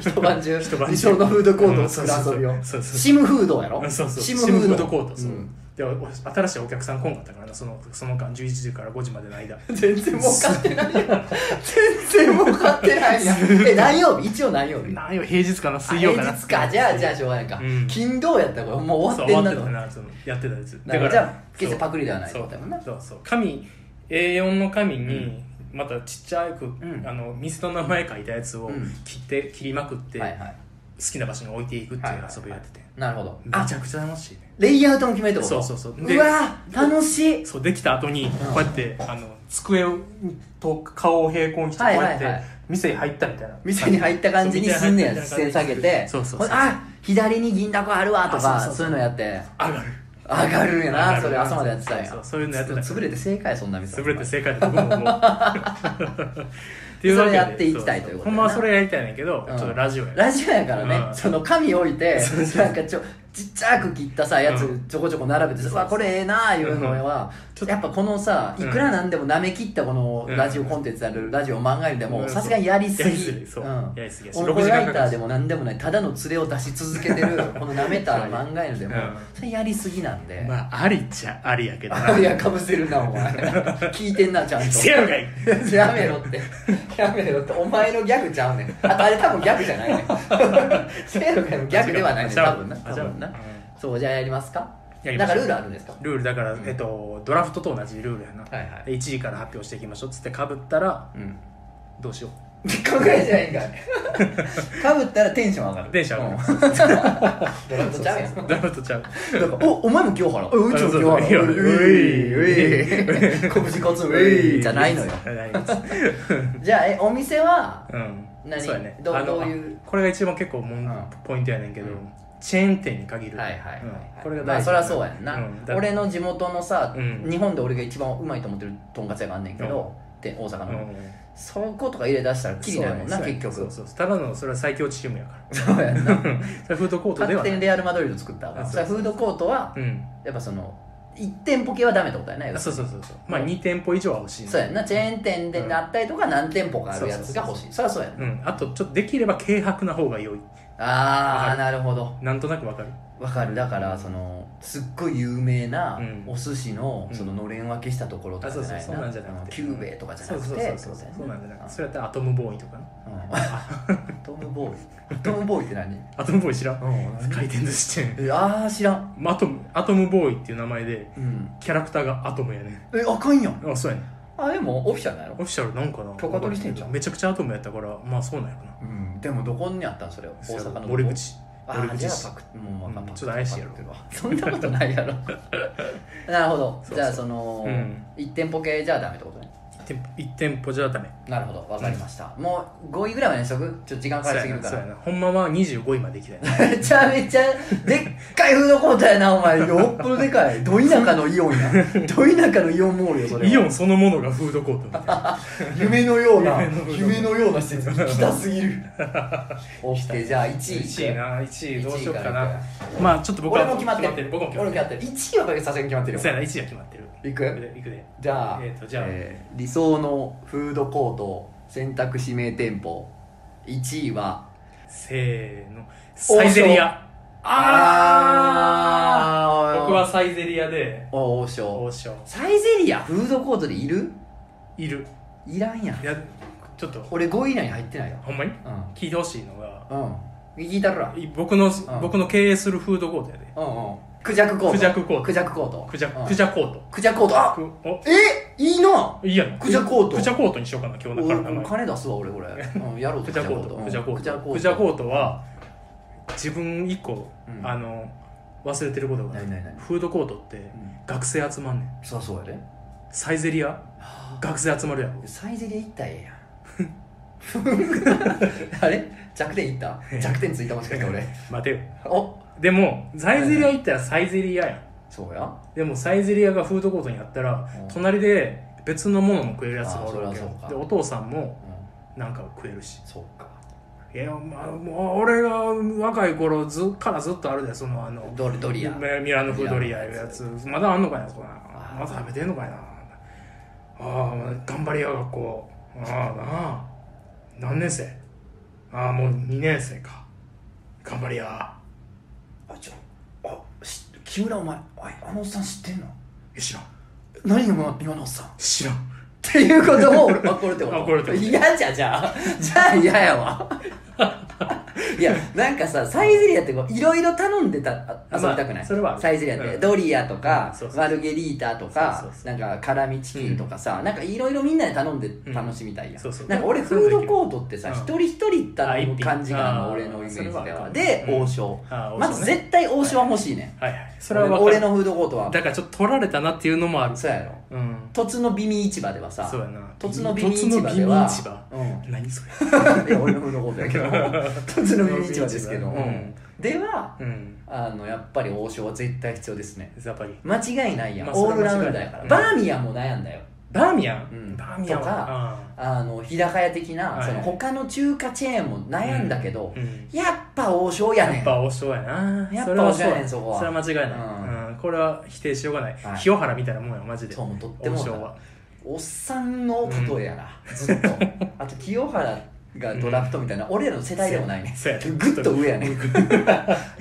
Speaker 1: 一晩中
Speaker 2: 一晩中
Speaker 1: 理想のフードコートを作る遊び
Speaker 2: う
Speaker 1: を
Speaker 2: んそうそうそうそう
Speaker 1: シムフードやろ
Speaker 2: そうそう
Speaker 1: シ
Speaker 2: シ
Speaker 1: ム
Speaker 2: ム
Speaker 1: フード
Speaker 2: フードコートそ
Speaker 1: う
Speaker 2: う、
Speaker 1: ん
Speaker 2: でお新しいお客さん来んかったからなそのその間11時から5時までの間 (laughs)
Speaker 1: 全然儲かってないやん全然儲かってないやんえ何曜日一応何曜日
Speaker 2: 何よ平日かな水曜かな
Speaker 1: あ平日かじゃあじゃあしょうがないか、
Speaker 2: うん
Speaker 1: 金土やったらこれもう終
Speaker 2: そ
Speaker 1: わってん
Speaker 2: う終わっ
Speaker 1: な
Speaker 2: て
Speaker 1: と
Speaker 2: たなそのやってたやつ
Speaker 1: だからじゃあ決してパクリではないって
Speaker 2: そ
Speaker 1: こ
Speaker 2: う
Speaker 1: とやもんな
Speaker 2: そうそう紙 A4 の紙に、
Speaker 1: うん
Speaker 2: またちっちゃく、
Speaker 1: ん
Speaker 2: あの店の名前書いたやつを
Speaker 1: うん
Speaker 2: 切って、切りまくって、
Speaker 1: はいはい
Speaker 2: 好きな場所に置いていくっていう遊びをやってて、
Speaker 1: なるほど
Speaker 2: め
Speaker 1: あ
Speaker 2: ちゃくちゃ楽しいね
Speaker 1: レイアウトも決めるってこと
Speaker 2: そうそうそうで
Speaker 1: うわー楽しい
Speaker 2: そうできた後にこうやって、あの机をと顔を平行にしてこう
Speaker 1: はい
Speaker 2: や
Speaker 1: は
Speaker 2: っ
Speaker 1: いはい
Speaker 2: て店に入ったみたいな
Speaker 1: 店に入った感じにすんねや
Speaker 2: そう
Speaker 1: 視線下げて
Speaker 2: そうそう
Speaker 1: ほ
Speaker 2: そう
Speaker 1: んであ左に銀だこあるわと
Speaker 2: あ
Speaker 1: か
Speaker 2: そうそうそう
Speaker 1: そういうのやって
Speaker 2: 上がる
Speaker 1: 上がるんや
Speaker 2: 上が
Speaker 1: な
Speaker 2: る
Speaker 1: それ朝までやってたん
Speaker 2: そうそう
Speaker 1: や
Speaker 2: そういうのやってた
Speaker 1: 潰れて正解やそんな店
Speaker 2: 潰れて正解だと僕も思う
Speaker 1: (laughs)
Speaker 2: っていうわ
Speaker 1: そ
Speaker 2: けで
Speaker 1: れやっていきたいということ
Speaker 2: そそほんまはそれやりたいねんだけど、
Speaker 1: うん
Speaker 2: ちょっとラジオや
Speaker 1: (laughs) ラジオやからね、
Speaker 2: うん
Speaker 1: その紙置いて
Speaker 2: (laughs) そうそう
Speaker 1: なんかちょちっちゃく切ったさやつ
Speaker 2: うん
Speaker 1: ちょこちょこ並べて「うわこれええな」いうのは
Speaker 2: うん
Speaker 1: やっぱこのさいくらなんでも舐め切ったこの
Speaker 2: うん
Speaker 1: ラジオコンテンツあるラジオ漫画よりで
Speaker 2: う
Speaker 1: も
Speaker 2: ん
Speaker 1: さすがにやりす
Speaker 2: や
Speaker 1: ぎ
Speaker 2: りすぎそう
Speaker 1: うん
Speaker 2: やりすぎやし
Speaker 1: 音
Speaker 2: 6
Speaker 1: 楽
Speaker 2: 時
Speaker 1: ラ
Speaker 2: 間
Speaker 1: イ
Speaker 2: か
Speaker 1: ター
Speaker 2: かる
Speaker 1: でもなんでもないただの連れを出し続けてる
Speaker 2: (laughs)
Speaker 1: この舐めた漫画よりでも
Speaker 2: うん
Speaker 1: それやりすぎなんで
Speaker 2: まあありっちゃありやけど
Speaker 1: あ
Speaker 2: ない
Speaker 1: やかぶせるなお
Speaker 2: (laughs)
Speaker 1: 前聞いてんなちゃんと
Speaker 2: せやろかい
Speaker 1: やめろってやめろってお前のギャグちゃうねんあとあれ多分ギャグじゃないねん
Speaker 2: (laughs)
Speaker 1: せやろかい (laughs) のギャグではないねん多分な
Speaker 2: あ
Speaker 1: 多
Speaker 2: じゃあ
Speaker 1: 分な
Speaker 2: うん
Speaker 1: そうじゃあやりますか
Speaker 2: や
Speaker 1: なんか
Speaker 2: りましょう
Speaker 1: ルールあるんですか
Speaker 2: ルールだから、えっと、ドラフトと同じルールやな、
Speaker 1: はいはい
Speaker 2: で1位から発表していきましょうっつってかぶったら
Speaker 1: うん
Speaker 2: どうしよ
Speaker 1: 考えじゃない
Speaker 2: (laughs)
Speaker 1: んかいかぶったらテンション上がる
Speaker 2: テンション上が
Speaker 1: るドラフトちゃうやん
Speaker 2: (laughs) うドラフトちゃう
Speaker 1: なんかおお前も清原おうちも清原
Speaker 2: そうそう
Speaker 1: ういういうい (laughs) 拳こつういじゃないのよ
Speaker 2: ないです
Speaker 1: じゃあえお店は
Speaker 2: うん
Speaker 1: 何
Speaker 2: そうやね
Speaker 1: ど
Speaker 2: あの
Speaker 1: どういう
Speaker 2: これが一番結構もん
Speaker 1: うん
Speaker 2: ポイントやねんけど、
Speaker 1: うん
Speaker 2: チェーン店に限る
Speaker 1: はいはいはい、
Speaker 2: うんこれが
Speaker 1: まあ
Speaker 2: 大事
Speaker 1: そりゃそうやんな、
Speaker 2: うんだ
Speaker 1: 俺の地元のさ、
Speaker 2: うん
Speaker 1: 日本で俺が一番うまいと思ってるとんかつ屋があんねんけど、で大阪
Speaker 2: う
Speaker 1: の、
Speaker 2: ん
Speaker 1: そことか入れ出したらきりないもんな、
Speaker 2: そうやね
Speaker 1: 結局
Speaker 2: そうそうそうただのそれは最強チームやから
Speaker 1: そうやんな
Speaker 2: (laughs) それフードコートで
Speaker 1: 勝
Speaker 2: は
Speaker 1: 手
Speaker 2: な
Speaker 1: に
Speaker 2: い
Speaker 1: レアル・マドリード作ったから
Speaker 2: あ
Speaker 1: それ
Speaker 2: そう
Speaker 1: フードコートは
Speaker 2: うん
Speaker 1: やっぱその一店舗系はダメってことやな、ね、
Speaker 2: あそうそうそうそうまあ
Speaker 1: うん
Speaker 2: 2店舗以上は欲しいね
Speaker 1: そうやんなチェーン店で
Speaker 2: うん
Speaker 1: あったりとか何店舗かあるやつが欲しいそりゃそうやんな、
Speaker 2: うんあとちょっとできれば軽薄な方が良いわ
Speaker 1: あ
Speaker 2: か
Speaker 1: あ
Speaker 2: る
Speaker 1: なるほど
Speaker 2: なんとなくわかる
Speaker 1: わかるだからそのすっごい有名な
Speaker 2: うん
Speaker 1: お寿司の
Speaker 2: うん
Speaker 1: そののれん分けしたところとか
Speaker 2: あ
Speaker 1: じ
Speaker 2: そ
Speaker 1: ゃな
Speaker 2: うそう
Speaker 1: い
Speaker 2: そうなんじゃな
Speaker 1: な
Speaker 2: く
Speaker 1: うん
Speaker 2: て
Speaker 1: キューベとかじゃなくて
Speaker 2: そうそうそうそう
Speaker 1: って
Speaker 2: そ
Speaker 1: こ
Speaker 2: う
Speaker 1: とや
Speaker 2: な
Speaker 1: ね
Speaker 2: んじゃなくてそれやったらアトムボーイとかな
Speaker 1: う
Speaker 2: (laughs)
Speaker 1: んトムボーイトムボーイって何
Speaker 2: アトムボーイ知らん回転寿司チェーン
Speaker 1: えああ知らん
Speaker 2: (laughs) アトムアトムボーイっていう名前で
Speaker 1: うん
Speaker 2: キャラクターがアトムやね
Speaker 1: えあかんやん
Speaker 2: あそうやね
Speaker 1: あでもオフィシャルなの
Speaker 2: オフィシャルなんかな
Speaker 1: 許可取りしてんじゃん
Speaker 2: めちゃくちゃアトムやったからまあそうなんやろな
Speaker 1: うんでもどこにあったんそれ大阪の
Speaker 2: 森口
Speaker 1: あ
Speaker 2: 森
Speaker 1: ーじ
Speaker 2: 口
Speaker 1: ゃ
Speaker 2: 市
Speaker 1: あパクもうまあ
Speaker 2: うん
Speaker 1: パク
Speaker 2: ちょっと怪しいやろ
Speaker 1: パクってるわそんなことないやろ (laughs) なるほど
Speaker 2: そうそう
Speaker 1: じゃあその
Speaker 2: うん
Speaker 1: 一店舗系じゃダメってことね
Speaker 2: 店舗一店舗じゃダメ
Speaker 1: なるほどわかりましたもう5位ぐらいまでにしとくちょっと時間かかりすぎるか
Speaker 2: そうや
Speaker 1: ら
Speaker 2: なほんまは25位まで行きたいな
Speaker 1: めちゃめちゃでっかいフードコートやなお前よっぽどでかいど田舎のイオン
Speaker 2: (laughs)
Speaker 1: やど田舎のイオンモールよ (laughs) それは
Speaker 2: イオンそのものがフードコートみたいな
Speaker 1: 夢のような
Speaker 2: 夢のよ
Speaker 1: 夢のよ
Speaker 2: うな
Speaker 1: うな施設きたすぎる
Speaker 2: (laughs)
Speaker 1: 起きてじゃあ1位
Speaker 2: 1位な1位どうしようか
Speaker 1: 一位
Speaker 2: な
Speaker 1: ら
Speaker 2: まあちょっと僕は
Speaker 1: 俺も決まってる
Speaker 2: 僕も決ま
Speaker 1: 俺
Speaker 2: っ
Speaker 1: も
Speaker 2: てる
Speaker 1: 決まってる1位はこれさすがに決まってるよ
Speaker 2: そうやな1位は決まってる
Speaker 1: い
Speaker 2: いく
Speaker 1: く
Speaker 2: でいくで
Speaker 1: じゃあ,、
Speaker 2: えーとじゃあ
Speaker 1: えー理想のフードコート選択指名店舗1位は
Speaker 2: せーのサイゼリアあ
Speaker 1: あ
Speaker 2: あ
Speaker 1: ー
Speaker 2: 僕はサイゼリアで
Speaker 1: お王将
Speaker 2: 王将
Speaker 1: サイゼリアフードコートでいる
Speaker 2: いる
Speaker 1: いらんやん
Speaker 2: いやちょっと
Speaker 1: 俺5位以内に入ってないよ
Speaker 2: ほんまに
Speaker 1: う
Speaker 2: 聞いてほしいのが
Speaker 1: んうん聞いたるら
Speaker 2: い僕の僕の経営するフードコートやで
Speaker 1: うんうんクジャクコート
Speaker 2: クジャクコート
Speaker 1: クジャクコート
Speaker 2: クジャ
Speaker 1: うん
Speaker 2: クジャコート
Speaker 1: クジャクコートあ
Speaker 2: くお
Speaker 1: えいいない
Speaker 2: いやん
Speaker 1: クジャコート
Speaker 2: クジャコートにしようかな今日だから名
Speaker 1: お
Speaker 2: 前
Speaker 1: 金出すわ俺こ
Speaker 2: (laughs)
Speaker 1: れ、うん、やろうと
Speaker 2: クジャコートクジャコート
Speaker 1: クジャコート
Speaker 2: クジャコートは自分一個
Speaker 1: うん
Speaker 2: あの忘れてることがある
Speaker 1: 何何何
Speaker 2: フードコートって
Speaker 1: うん
Speaker 2: 学生集まんねん
Speaker 1: そうそうやで
Speaker 2: サイゼリア学生集まるやろ
Speaker 1: サイゼリヤ行ったらええやん
Speaker 2: (laughs)
Speaker 1: あれ弱点いった弱点ついたもしかして俺
Speaker 2: 待てよ
Speaker 1: お
Speaker 2: でもサイゼリア行ったらサイゼリアやん
Speaker 1: そうや
Speaker 2: でもサイゼリアがフードコートにあったら
Speaker 1: うん
Speaker 2: 隣で別のものも食えるやつがおるわけ
Speaker 1: あーそりゃそ
Speaker 2: よ
Speaker 1: うか
Speaker 2: でお父さんも
Speaker 1: うん
Speaker 2: なんか食えるし
Speaker 1: そうか
Speaker 2: いや、まあ、もう俺が若い頃ずからずっとあるでそのあの
Speaker 1: ドリドリア
Speaker 2: ミミラノフードリアいうやつまだあんのかいなそこな
Speaker 1: あー
Speaker 2: まだ食べてんのかいなああ頑張りや学校ああなあ何年生ああもう2年生か頑張りや
Speaker 1: あちょあし木村お前あいあのおっさん知ってんの
Speaker 2: え知らん
Speaker 1: 何が今のおっさんっ
Speaker 2: 知らん
Speaker 1: ていうことを俺怒るってこと
Speaker 2: 怒るってこと
Speaker 1: 嫌じゃんじゃあ (laughs) じゃあ嫌やわいやなんかさサイゼリアってこういろいろ頼んでたあ遊びたくない、
Speaker 2: まあそれはある
Speaker 1: サイゼリアって、
Speaker 2: うん
Speaker 1: ドリアとか、
Speaker 2: うんそうそう
Speaker 1: マルゲリータとか
Speaker 2: そうそうそ
Speaker 1: なんか辛味チキンとかさ、なんかいろいろみんなで頼んで楽しみたいや、
Speaker 2: うん
Speaker 1: ん、
Speaker 2: そうそう
Speaker 1: なんか俺フードコートってさ、
Speaker 2: うん
Speaker 1: 一人一人頼む感じがあ
Speaker 2: あ
Speaker 1: るの
Speaker 2: 一
Speaker 1: 俺
Speaker 2: 品
Speaker 1: のイメージで
Speaker 2: あーそれはあ
Speaker 1: は
Speaker 2: る
Speaker 1: で、
Speaker 2: うん
Speaker 1: 王将
Speaker 2: あー王将ね
Speaker 1: まず絶対王将は欲しいねん、
Speaker 2: はいはいそれは
Speaker 1: 俺
Speaker 2: 分かる
Speaker 1: 俺のフードコートは
Speaker 2: だからちょっと取られたなっていうのもある
Speaker 1: そうやろ
Speaker 2: うん
Speaker 1: とつの美味市場ではさ
Speaker 2: そうやな
Speaker 1: とつの美味市場では
Speaker 2: とつの
Speaker 1: うん
Speaker 2: 美味市場
Speaker 1: (laughs)
Speaker 2: 何それ
Speaker 1: いや俺のフードコートやけ
Speaker 2: (laughs)
Speaker 1: どとつの美味市場ですけど、
Speaker 2: うん
Speaker 1: うんでは
Speaker 2: うん
Speaker 1: あのやっぱり王将は絶対必要ですね
Speaker 2: やっぱり
Speaker 1: 間違いないやん、
Speaker 2: まあ
Speaker 1: オールラウンダーやから、
Speaker 2: それは間
Speaker 1: バ
Speaker 2: 違いない
Speaker 1: ーミヤンも悩んだよ
Speaker 2: バーミヤン、
Speaker 1: うん
Speaker 2: バーミヤン
Speaker 1: とかあの日高屋的な、
Speaker 2: はい
Speaker 1: その他の中華チェーンも悩んだけど
Speaker 2: う、ん
Speaker 1: やっぱ王将やね
Speaker 2: や
Speaker 1: ん
Speaker 2: っぱ王将やな
Speaker 1: やっぱ
Speaker 2: れは
Speaker 1: 王将やねんそこは
Speaker 2: それは間違いない、
Speaker 1: うん
Speaker 2: うんこれは否定しようがない、
Speaker 1: はい
Speaker 2: 清原みたいなもんやマジで
Speaker 1: そうもうとって
Speaker 2: 王
Speaker 1: も
Speaker 2: 将は
Speaker 1: おっさんのことやな、ずっと (laughs) あと清原がドラフトみたいな、俺らの世代でもないね
Speaker 2: そうやそうや
Speaker 1: ぐっと上や
Speaker 2: (laughs)
Speaker 1: ね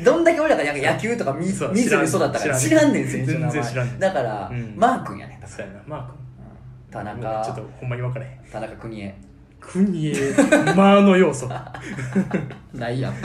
Speaker 1: どんだけ俺らがなんか野球とか見見ず
Speaker 2: そう
Speaker 1: に育ったから知
Speaker 2: 知
Speaker 1: ら
Speaker 2: ら
Speaker 1: ん
Speaker 2: ん
Speaker 1: ね
Speaker 2: ね
Speaker 1: ん
Speaker 2: ん
Speaker 1: 選手の名前
Speaker 2: 全然知らんねん
Speaker 1: だから、
Speaker 2: うん
Speaker 1: マー君やねんだか
Speaker 2: そうやなマー君
Speaker 1: ら田
Speaker 2: もうちょっ
Speaker 1: 中
Speaker 2: とほんまに分からへん
Speaker 1: 田中邦衛
Speaker 2: 国へ間の
Speaker 1: (laughs)
Speaker 2: 要素な
Speaker 1: ないやん
Speaker 2: い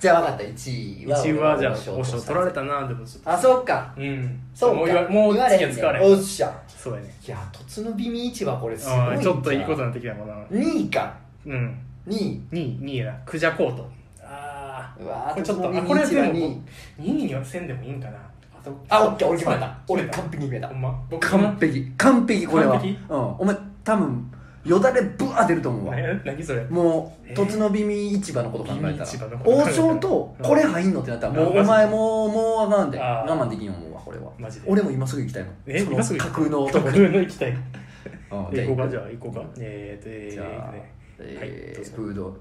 Speaker 1: じゃあ分かった1位は
Speaker 2: 一はじゃあ
Speaker 1: 俺
Speaker 2: 王
Speaker 1: 王将
Speaker 2: 将取られたなでもちょっと
Speaker 1: あそうか
Speaker 2: うん
Speaker 1: そうか
Speaker 2: もう言わもう
Speaker 1: 言われへん
Speaker 2: 次は使われへん
Speaker 1: おっしゃ
Speaker 2: そうやね
Speaker 1: いやとつの美味市場これすごい
Speaker 2: あーちょっといいことに
Speaker 1: だ
Speaker 2: なってきたもんな
Speaker 1: 2位か
Speaker 2: うん
Speaker 1: 2位
Speaker 2: 2位2位やなクジャコートあ
Speaker 1: うわ
Speaker 2: あ
Speaker 1: ー
Speaker 2: これちょっと
Speaker 1: とつ
Speaker 2: あ
Speaker 1: の
Speaker 2: こ
Speaker 1: 美
Speaker 2: れ
Speaker 1: 味市
Speaker 2: で
Speaker 1: 場
Speaker 2: も
Speaker 1: 2位
Speaker 2: 2位にはせんでもいいんかなあと
Speaker 1: あ、オッケー、俺決まった。
Speaker 2: 俺
Speaker 1: 俺完璧に決めた
Speaker 2: ほ。んま僕
Speaker 1: 完璧。完璧、これは。
Speaker 2: 完璧
Speaker 1: うん。お前、多分、よだれぶわ出ると思うわ。
Speaker 2: 何何それ
Speaker 1: も
Speaker 2: え
Speaker 1: う、
Speaker 2: ー
Speaker 1: とつの美味市場のこと考え
Speaker 2: 美
Speaker 1: た
Speaker 2: 味市場の
Speaker 1: ら。
Speaker 2: こと考
Speaker 1: 王
Speaker 2: えたら
Speaker 1: 将と、
Speaker 2: うん
Speaker 1: これ入んのってなったら、もう、
Speaker 2: あ
Speaker 1: お前もう、もうあかんで。
Speaker 2: あー
Speaker 1: 我慢できん思うわ、これは。
Speaker 2: マジで
Speaker 1: 俺も今すぐ行きたいの。
Speaker 2: え
Speaker 1: その
Speaker 2: 今すぐ
Speaker 1: 架空の
Speaker 2: 架
Speaker 1: とこ
Speaker 2: 空 (laughs)
Speaker 1: に。うん
Speaker 2: の行きたい
Speaker 1: じゃ
Speaker 2: 行
Speaker 1: あ
Speaker 2: こうか
Speaker 1: 行く
Speaker 2: じゃあ行こうかえーとえー
Speaker 1: じゃあえ
Speaker 2: はいどう
Speaker 1: ー
Speaker 2: ぞ
Speaker 1: フード、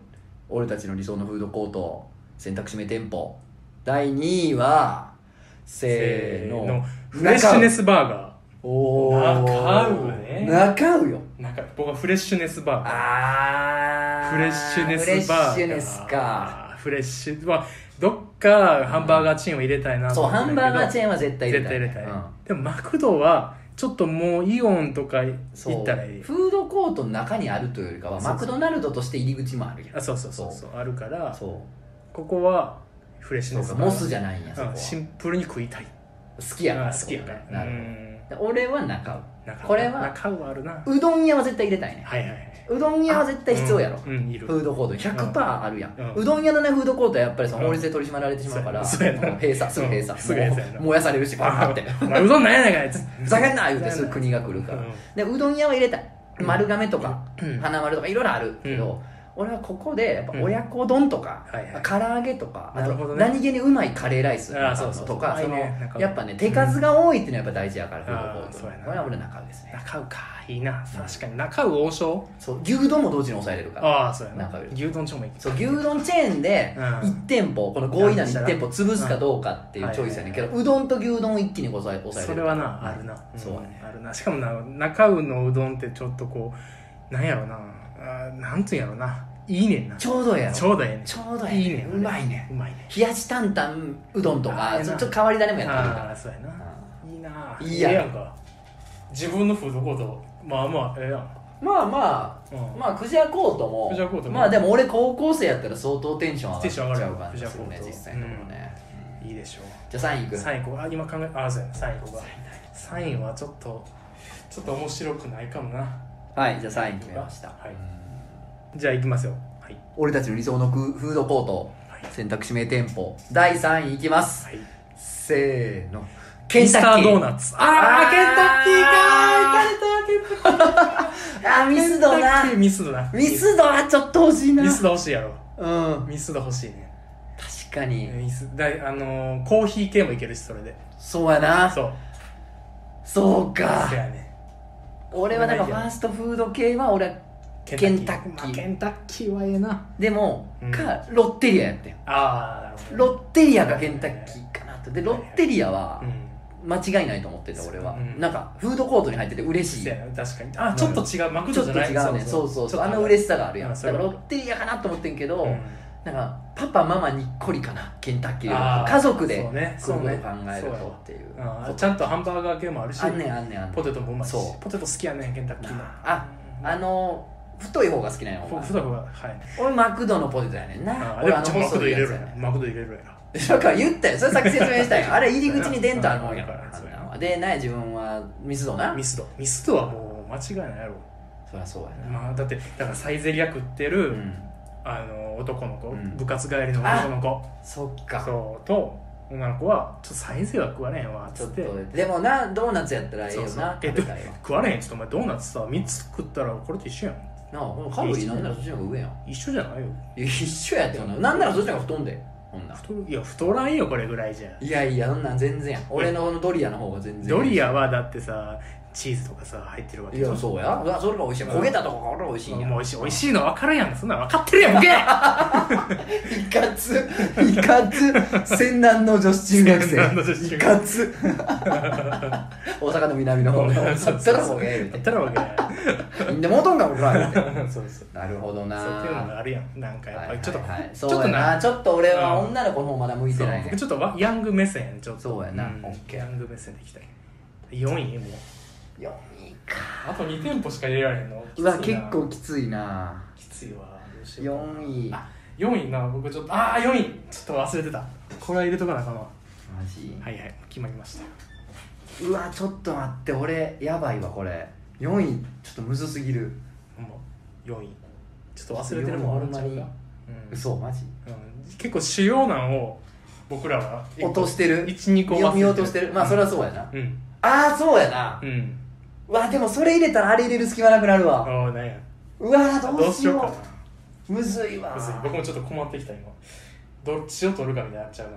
Speaker 1: 俺たちの理想のフードコート、選択肢名店舗。第2位は、せーの。
Speaker 2: フレッシュネスバーガ
Speaker 1: おー
Speaker 2: 中うね
Speaker 1: 中うよ
Speaker 2: ーなんか僕はフレッシュネスバーガ
Speaker 1: あ
Speaker 2: ー
Speaker 1: ー
Speaker 2: フレッシュネスバ
Speaker 1: フレッシュ
Speaker 2: ーガー
Speaker 1: ネスか
Speaker 2: フレッシュはどっかハンバーガーチェーンを入れたいな
Speaker 1: そうハンバーガーチェ
Speaker 2: ー
Speaker 1: ーンは絶対入れ
Speaker 2: 絶
Speaker 1: た
Speaker 2: 対
Speaker 1: い
Speaker 2: 入れたい
Speaker 1: うん
Speaker 2: でもマクドはちょっともうイオンとか
Speaker 1: そう
Speaker 2: 行ったらいい
Speaker 1: フードコートの中にあるというよりかは
Speaker 2: そうそう
Speaker 1: マクドナルドとして入り口もあるやん
Speaker 2: あそうそうそうそうあるから
Speaker 1: そう
Speaker 2: ここはフレッシュ
Speaker 1: そ
Speaker 2: ネ
Speaker 1: う
Speaker 2: ス
Speaker 1: か
Speaker 2: バーガー
Speaker 1: モスじゃないんやそこ
Speaker 2: う
Speaker 1: は
Speaker 2: んシンプルに食いたい
Speaker 1: 好きやから
Speaker 2: あ好きやから
Speaker 1: な
Speaker 2: う
Speaker 1: る
Speaker 2: ん
Speaker 1: ほど俺は中
Speaker 2: なんか
Speaker 1: これは
Speaker 2: 中はあるなは
Speaker 1: ううどん屋は絶対入れたいね
Speaker 2: いはいはい。
Speaker 1: うどん屋は絶対必要やろ
Speaker 2: うん、うんいる。
Speaker 1: フードコート100%あるやん、
Speaker 2: うん
Speaker 1: うどん屋のねフードコートはやっぱりその
Speaker 2: うん
Speaker 1: 法律で取り締まられてしまうから、
Speaker 2: そうやな
Speaker 1: もう閉鎖すぐ閉鎖、
Speaker 2: うんすぐ閉鎖や
Speaker 1: も
Speaker 2: な
Speaker 1: う燃やされるしバーって
Speaker 2: お前うどんなんやないかいっつって
Speaker 1: ふざけんな言うてすぐ国が来るから、でうどん屋は入れたい丸亀とか、
Speaker 2: うん
Speaker 1: 花丸とかいろいろあるけど、
Speaker 2: う
Speaker 1: 俺はここでやっぱ親子丼とか、
Speaker 2: うんはいはい
Speaker 1: 唐揚げとか、あ
Speaker 2: なるほ
Speaker 1: と
Speaker 2: どね
Speaker 1: 何気にうまいカレーライスとか
Speaker 2: あーそうそうそ
Speaker 1: と
Speaker 2: う
Speaker 1: か
Speaker 2: う
Speaker 1: そ
Speaker 2: ま
Speaker 1: の
Speaker 2: いねなんか
Speaker 1: やっぱね手数が多いっていうのはやっぱ大事やから、
Speaker 2: ん
Speaker 1: フードコート
Speaker 2: あーそうやな
Speaker 1: これは俺中尾ですね
Speaker 2: 中うか。いいな。確かに。中う王将
Speaker 1: そう牛丼も同時に抑えれるから
Speaker 2: ああ、そうやな
Speaker 1: 中う。
Speaker 2: 牛丼ちょもいい。
Speaker 1: そう牛丼チェーンで
Speaker 2: うん
Speaker 1: 1店舗、この5位以内の1店舗潰すかどうかっていうチョイスやねんけど、
Speaker 2: う
Speaker 1: うどんと牛丼を一気に抑え抑え
Speaker 2: そ
Speaker 1: れ
Speaker 2: れ
Speaker 1: る
Speaker 2: はな、あるな。ん
Speaker 1: そうやね
Speaker 2: あるな。しかもな、中うのうどんってちょっとこう、なんやろな。あーなんつうんやろな。いいねんな。
Speaker 1: ちょうどええやろ
Speaker 2: ちょうどええねん。
Speaker 1: ちょうどええ
Speaker 2: いいねん。
Speaker 1: うまいね
Speaker 2: うまいね。
Speaker 1: 冷やし担々うどんと
Speaker 2: あー
Speaker 1: か
Speaker 2: ええ
Speaker 1: ち
Speaker 2: な
Speaker 1: ょっと変わり種もやってる
Speaker 2: あ
Speaker 1: か
Speaker 2: あ、そうやな。いいな。
Speaker 1: いいやん
Speaker 2: ええんか。自分のフードコート、まあまあ、ええやん。
Speaker 1: らまあまあ、
Speaker 2: うん
Speaker 1: まあクジラコートも
Speaker 2: クジラコートも
Speaker 1: まあでも俺高校生やったら相当テンション
Speaker 2: テンショ
Speaker 1: 上
Speaker 2: ン
Speaker 1: が
Speaker 2: 上
Speaker 1: っち
Speaker 2: が
Speaker 1: ゃ
Speaker 2: る
Speaker 1: う感
Speaker 2: よ
Speaker 1: じですよね
Speaker 2: ク
Speaker 1: 実
Speaker 2: ジラ
Speaker 1: 際
Speaker 2: コート
Speaker 1: のところね、
Speaker 2: いいでしょう。
Speaker 1: じゃあ3位いく
Speaker 2: 3位ここあ今考えあそうやな3位ここ3位はちょっとちょっと面白くないかもな
Speaker 1: はいじゃあ3位決めました、
Speaker 2: はい
Speaker 1: うん
Speaker 2: じゃあ行きますよはい
Speaker 1: 俺たちの理想のフフードコート
Speaker 2: はい
Speaker 1: 選択指名店舗第3位いきます、
Speaker 2: はい
Speaker 1: せーの
Speaker 2: ミスタードーナツ
Speaker 1: あーケンタッキーかー行かれたあーミスドな
Speaker 2: ケンタッキーミスドな
Speaker 1: ミスドはちょっと欲しいな
Speaker 2: ミスド欲しいやろ
Speaker 1: うん
Speaker 2: ミスド欲しいね
Speaker 1: 確かに
Speaker 2: ミスだいあのーコーヒー系もいけるしそれで
Speaker 1: そうやな
Speaker 2: そう
Speaker 1: そうか
Speaker 2: せやね
Speaker 1: 俺はなんかファーストフード系は俺はケンタッキー
Speaker 2: まあケンタッキーはええな
Speaker 1: でも、
Speaker 2: うん
Speaker 1: かロッテリアやったよ
Speaker 2: ああなるほど
Speaker 1: ロッテリアかケンタッキーかなとでロッテリアは
Speaker 2: うん
Speaker 1: 間違いないと思ってた俺は、
Speaker 2: うん
Speaker 1: なんかフードコートに入ってて嬉しい
Speaker 2: せやな確かにあちょっと違うマク
Speaker 1: ち
Speaker 2: ド
Speaker 1: ょっ
Speaker 2: じ
Speaker 1: と
Speaker 2: ゃない
Speaker 1: 違うねそうそうそうあの嬉しさがあるやん、
Speaker 2: うん
Speaker 1: だ
Speaker 2: そ
Speaker 1: か
Speaker 2: れ
Speaker 1: ら
Speaker 2: は
Speaker 1: ロッテリアかなと思ってんけど、
Speaker 2: うん
Speaker 1: なんかパパママにっこりかなケンタッキーより
Speaker 2: あー
Speaker 1: 家族で
Speaker 2: そう
Speaker 1: 来る
Speaker 2: ね
Speaker 1: こと
Speaker 2: そう
Speaker 1: を
Speaker 2: ね
Speaker 1: 考える
Speaker 2: そうや
Speaker 1: と
Speaker 2: わ
Speaker 1: っていう
Speaker 2: あ
Speaker 1: こ
Speaker 2: ー
Speaker 1: と
Speaker 2: ちゃんとハンバーガー系もあるし
Speaker 1: あんねんあんねんあんね
Speaker 2: ポ
Speaker 1: ん
Speaker 2: テトもうまいし
Speaker 1: そう
Speaker 2: ポテト好きやねんケンタッキーの
Speaker 1: ああの太い方が好きなんやお
Speaker 2: ふ
Speaker 1: 前
Speaker 2: ふだふだはい
Speaker 1: 俺マクドのポテトやねんな
Speaker 2: あ
Speaker 1: 俺
Speaker 2: で
Speaker 1: あ
Speaker 2: も
Speaker 1: の
Speaker 2: ちょマクド
Speaker 1: 細い
Speaker 2: 入れ
Speaker 1: やつ
Speaker 2: る
Speaker 1: や
Speaker 2: や
Speaker 1: ねん
Speaker 2: マクド入れるや
Speaker 1: だから言ったよそれさっき説明したよあれ入り口にデンとあるもんやか
Speaker 2: うん
Speaker 1: ら
Speaker 2: そうやな
Speaker 1: あんなんはでない自分はミスドな
Speaker 2: ろミスドミスドはもう間違いないやろ
Speaker 1: そりゃそうやな
Speaker 2: まあだってだからサイゼリア食ってる、
Speaker 1: うん
Speaker 2: あの男の子、
Speaker 1: うん
Speaker 2: 部活帰りの男の子
Speaker 1: そっか
Speaker 2: そうと女の子はちょっとサイゼは食われへんわっ
Speaker 1: ち
Speaker 2: つ
Speaker 1: ょ
Speaker 2: っ
Speaker 1: ってとでもなドーナツやったらええよ
Speaker 2: そうそう
Speaker 1: な
Speaker 2: え
Speaker 1: 食べたいわ
Speaker 2: 食われへんっつってお前ドーナツさ3つ食ったらこれと一緒やん
Speaker 1: なあこのカロリーなんならそっちの方が上やん
Speaker 2: 一緒じゃないよ
Speaker 1: いや一緒やってほんななんならそっちの方が太んでほんなら
Speaker 2: 太るいや太らんよこれぐらいじゃ
Speaker 1: いやいやそんなん全然やん俺のこのドリアの方が全然
Speaker 2: ドリ
Speaker 1: ア
Speaker 2: アはだってさチーズとかさ入ってるわけ
Speaker 1: い
Speaker 2: じゃん
Speaker 1: やそうやうわそれが美味しい焦げたとこが俺美味しいんや
Speaker 2: もう美味しい美味しいの分かるやんそんなん分かってるやんボケ
Speaker 1: いかついかつ戦南の女子中学
Speaker 2: (laughs)
Speaker 1: 生
Speaker 2: 戦南の女子中学生
Speaker 1: いかつ大阪の南の方
Speaker 2: (laughs) そう
Speaker 1: あ
Speaker 2: そう
Speaker 1: っ
Speaker 2: そ
Speaker 1: た
Speaker 2: う
Speaker 1: らもうえ
Speaker 2: やったらわけや
Speaker 1: えみんな元んかもらえって
Speaker 2: んそうそう
Speaker 1: なるほど
Speaker 2: そうっていうの
Speaker 1: な
Speaker 2: があるやんなんかやっぱりちょっと、
Speaker 1: はいはいはい
Speaker 2: ちょっ
Speaker 1: そう
Speaker 2: と
Speaker 1: や
Speaker 2: な
Speaker 1: なちょっと俺は
Speaker 2: うん
Speaker 1: 女の子の方まだ向いて
Speaker 2: そう
Speaker 1: ないね
Speaker 2: 僕ちょっとわヤング目線ちょっと
Speaker 1: そうやなんオッケー
Speaker 2: ヤング目線でいきたい4位もう
Speaker 1: 4位か
Speaker 2: あと2店舗しか入れられへんの
Speaker 1: うわ結構きついな
Speaker 2: きついわどうしよう
Speaker 1: 4位マ
Speaker 2: あ4位な僕ちょっとああ4位ちょっと忘れてたこれは入れとかなあかんわ
Speaker 1: ジ
Speaker 2: はいはい決まりました
Speaker 1: うわちょっと待って俺やばいわこれ4位ちょっとむずすぎる
Speaker 2: ほんま4位ちょっと忘れてるもんあるんちゃう
Speaker 1: 四位
Speaker 2: か
Speaker 1: ほんま嘘マジ
Speaker 2: うん、うん、結構主要なんを僕らは
Speaker 1: 落としてる
Speaker 2: 12個忘れてる
Speaker 1: 見落としてるまあそれはそうやな、
Speaker 2: うん
Speaker 1: ああそうやな、
Speaker 2: うん、うん、
Speaker 1: うわでもそれ入れたらあれ入れる隙間なくなる
Speaker 2: あ
Speaker 1: わ、
Speaker 2: あなんや
Speaker 1: うわーど
Speaker 2: ど
Speaker 1: う
Speaker 2: う
Speaker 1: し
Speaker 2: しよ
Speaker 1: よ
Speaker 2: う
Speaker 1: う
Speaker 2: かな
Speaker 1: むずいわ
Speaker 2: むずい僕もちょっと困ってきた今どっちを取るかみたいになっちゃうな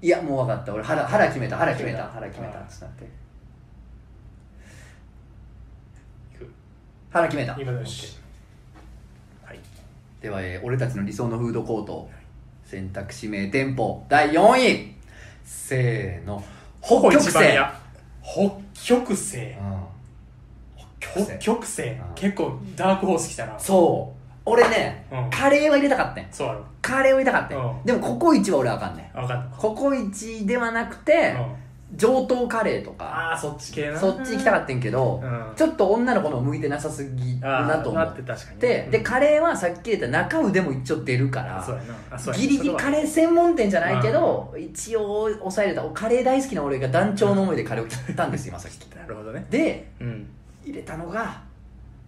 Speaker 2: い
Speaker 1: やもう分かった俺腹腹決めた腹決めた腹
Speaker 2: 腹決
Speaker 1: 決め
Speaker 2: め
Speaker 1: た
Speaker 2: た
Speaker 1: ちょっと待って
Speaker 2: いく
Speaker 1: 腹決めた
Speaker 2: 今だよ
Speaker 1: オッケー
Speaker 2: はい
Speaker 1: では、えー俺たちの理想のフードコート選択指名店舗第4位せーの北極星
Speaker 2: 一番屋北極星
Speaker 1: うん
Speaker 2: 北極星
Speaker 1: ん
Speaker 2: 結構ダークホース来たな
Speaker 1: そう俺ね、
Speaker 2: うん
Speaker 1: カレーは入れたかったん
Speaker 2: そうやろ
Speaker 1: カレーを入れたかったん、
Speaker 2: うん
Speaker 1: でもココイチは俺はあかんねん
Speaker 2: あ分かんな
Speaker 1: ココイチではなくて、上等カレーとか
Speaker 2: ああそっち系な
Speaker 1: そっち行きたかったんけど、
Speaker 2: うん
Speaker 1: ちょっと女の子の方向いてなさすぎる
Speaker 2: あー
Speaker 1: なと思
Speaker 2: な
Speaker 1: っ
Speaker 2: って
Speaker 1: て
Speaker 2: 確かに
Speaker 1: で
Speaker 2: うん
Speaker 1: カレーはさっき言った中腕も一応出るか
Speaker 2: あそう
Speaker 1: ら
Speaker 2: やなあそうや
Speaker 1: ギリギリカレー専門店じゃないけど、一応抑えれたカレー大好きな俺が団長の思いでカレーを切ったんですよ今さっき
Speaker 2: ーなるほどね
Speaker 1: で
Speaker 2: うん
Speaker 1: 入れたのが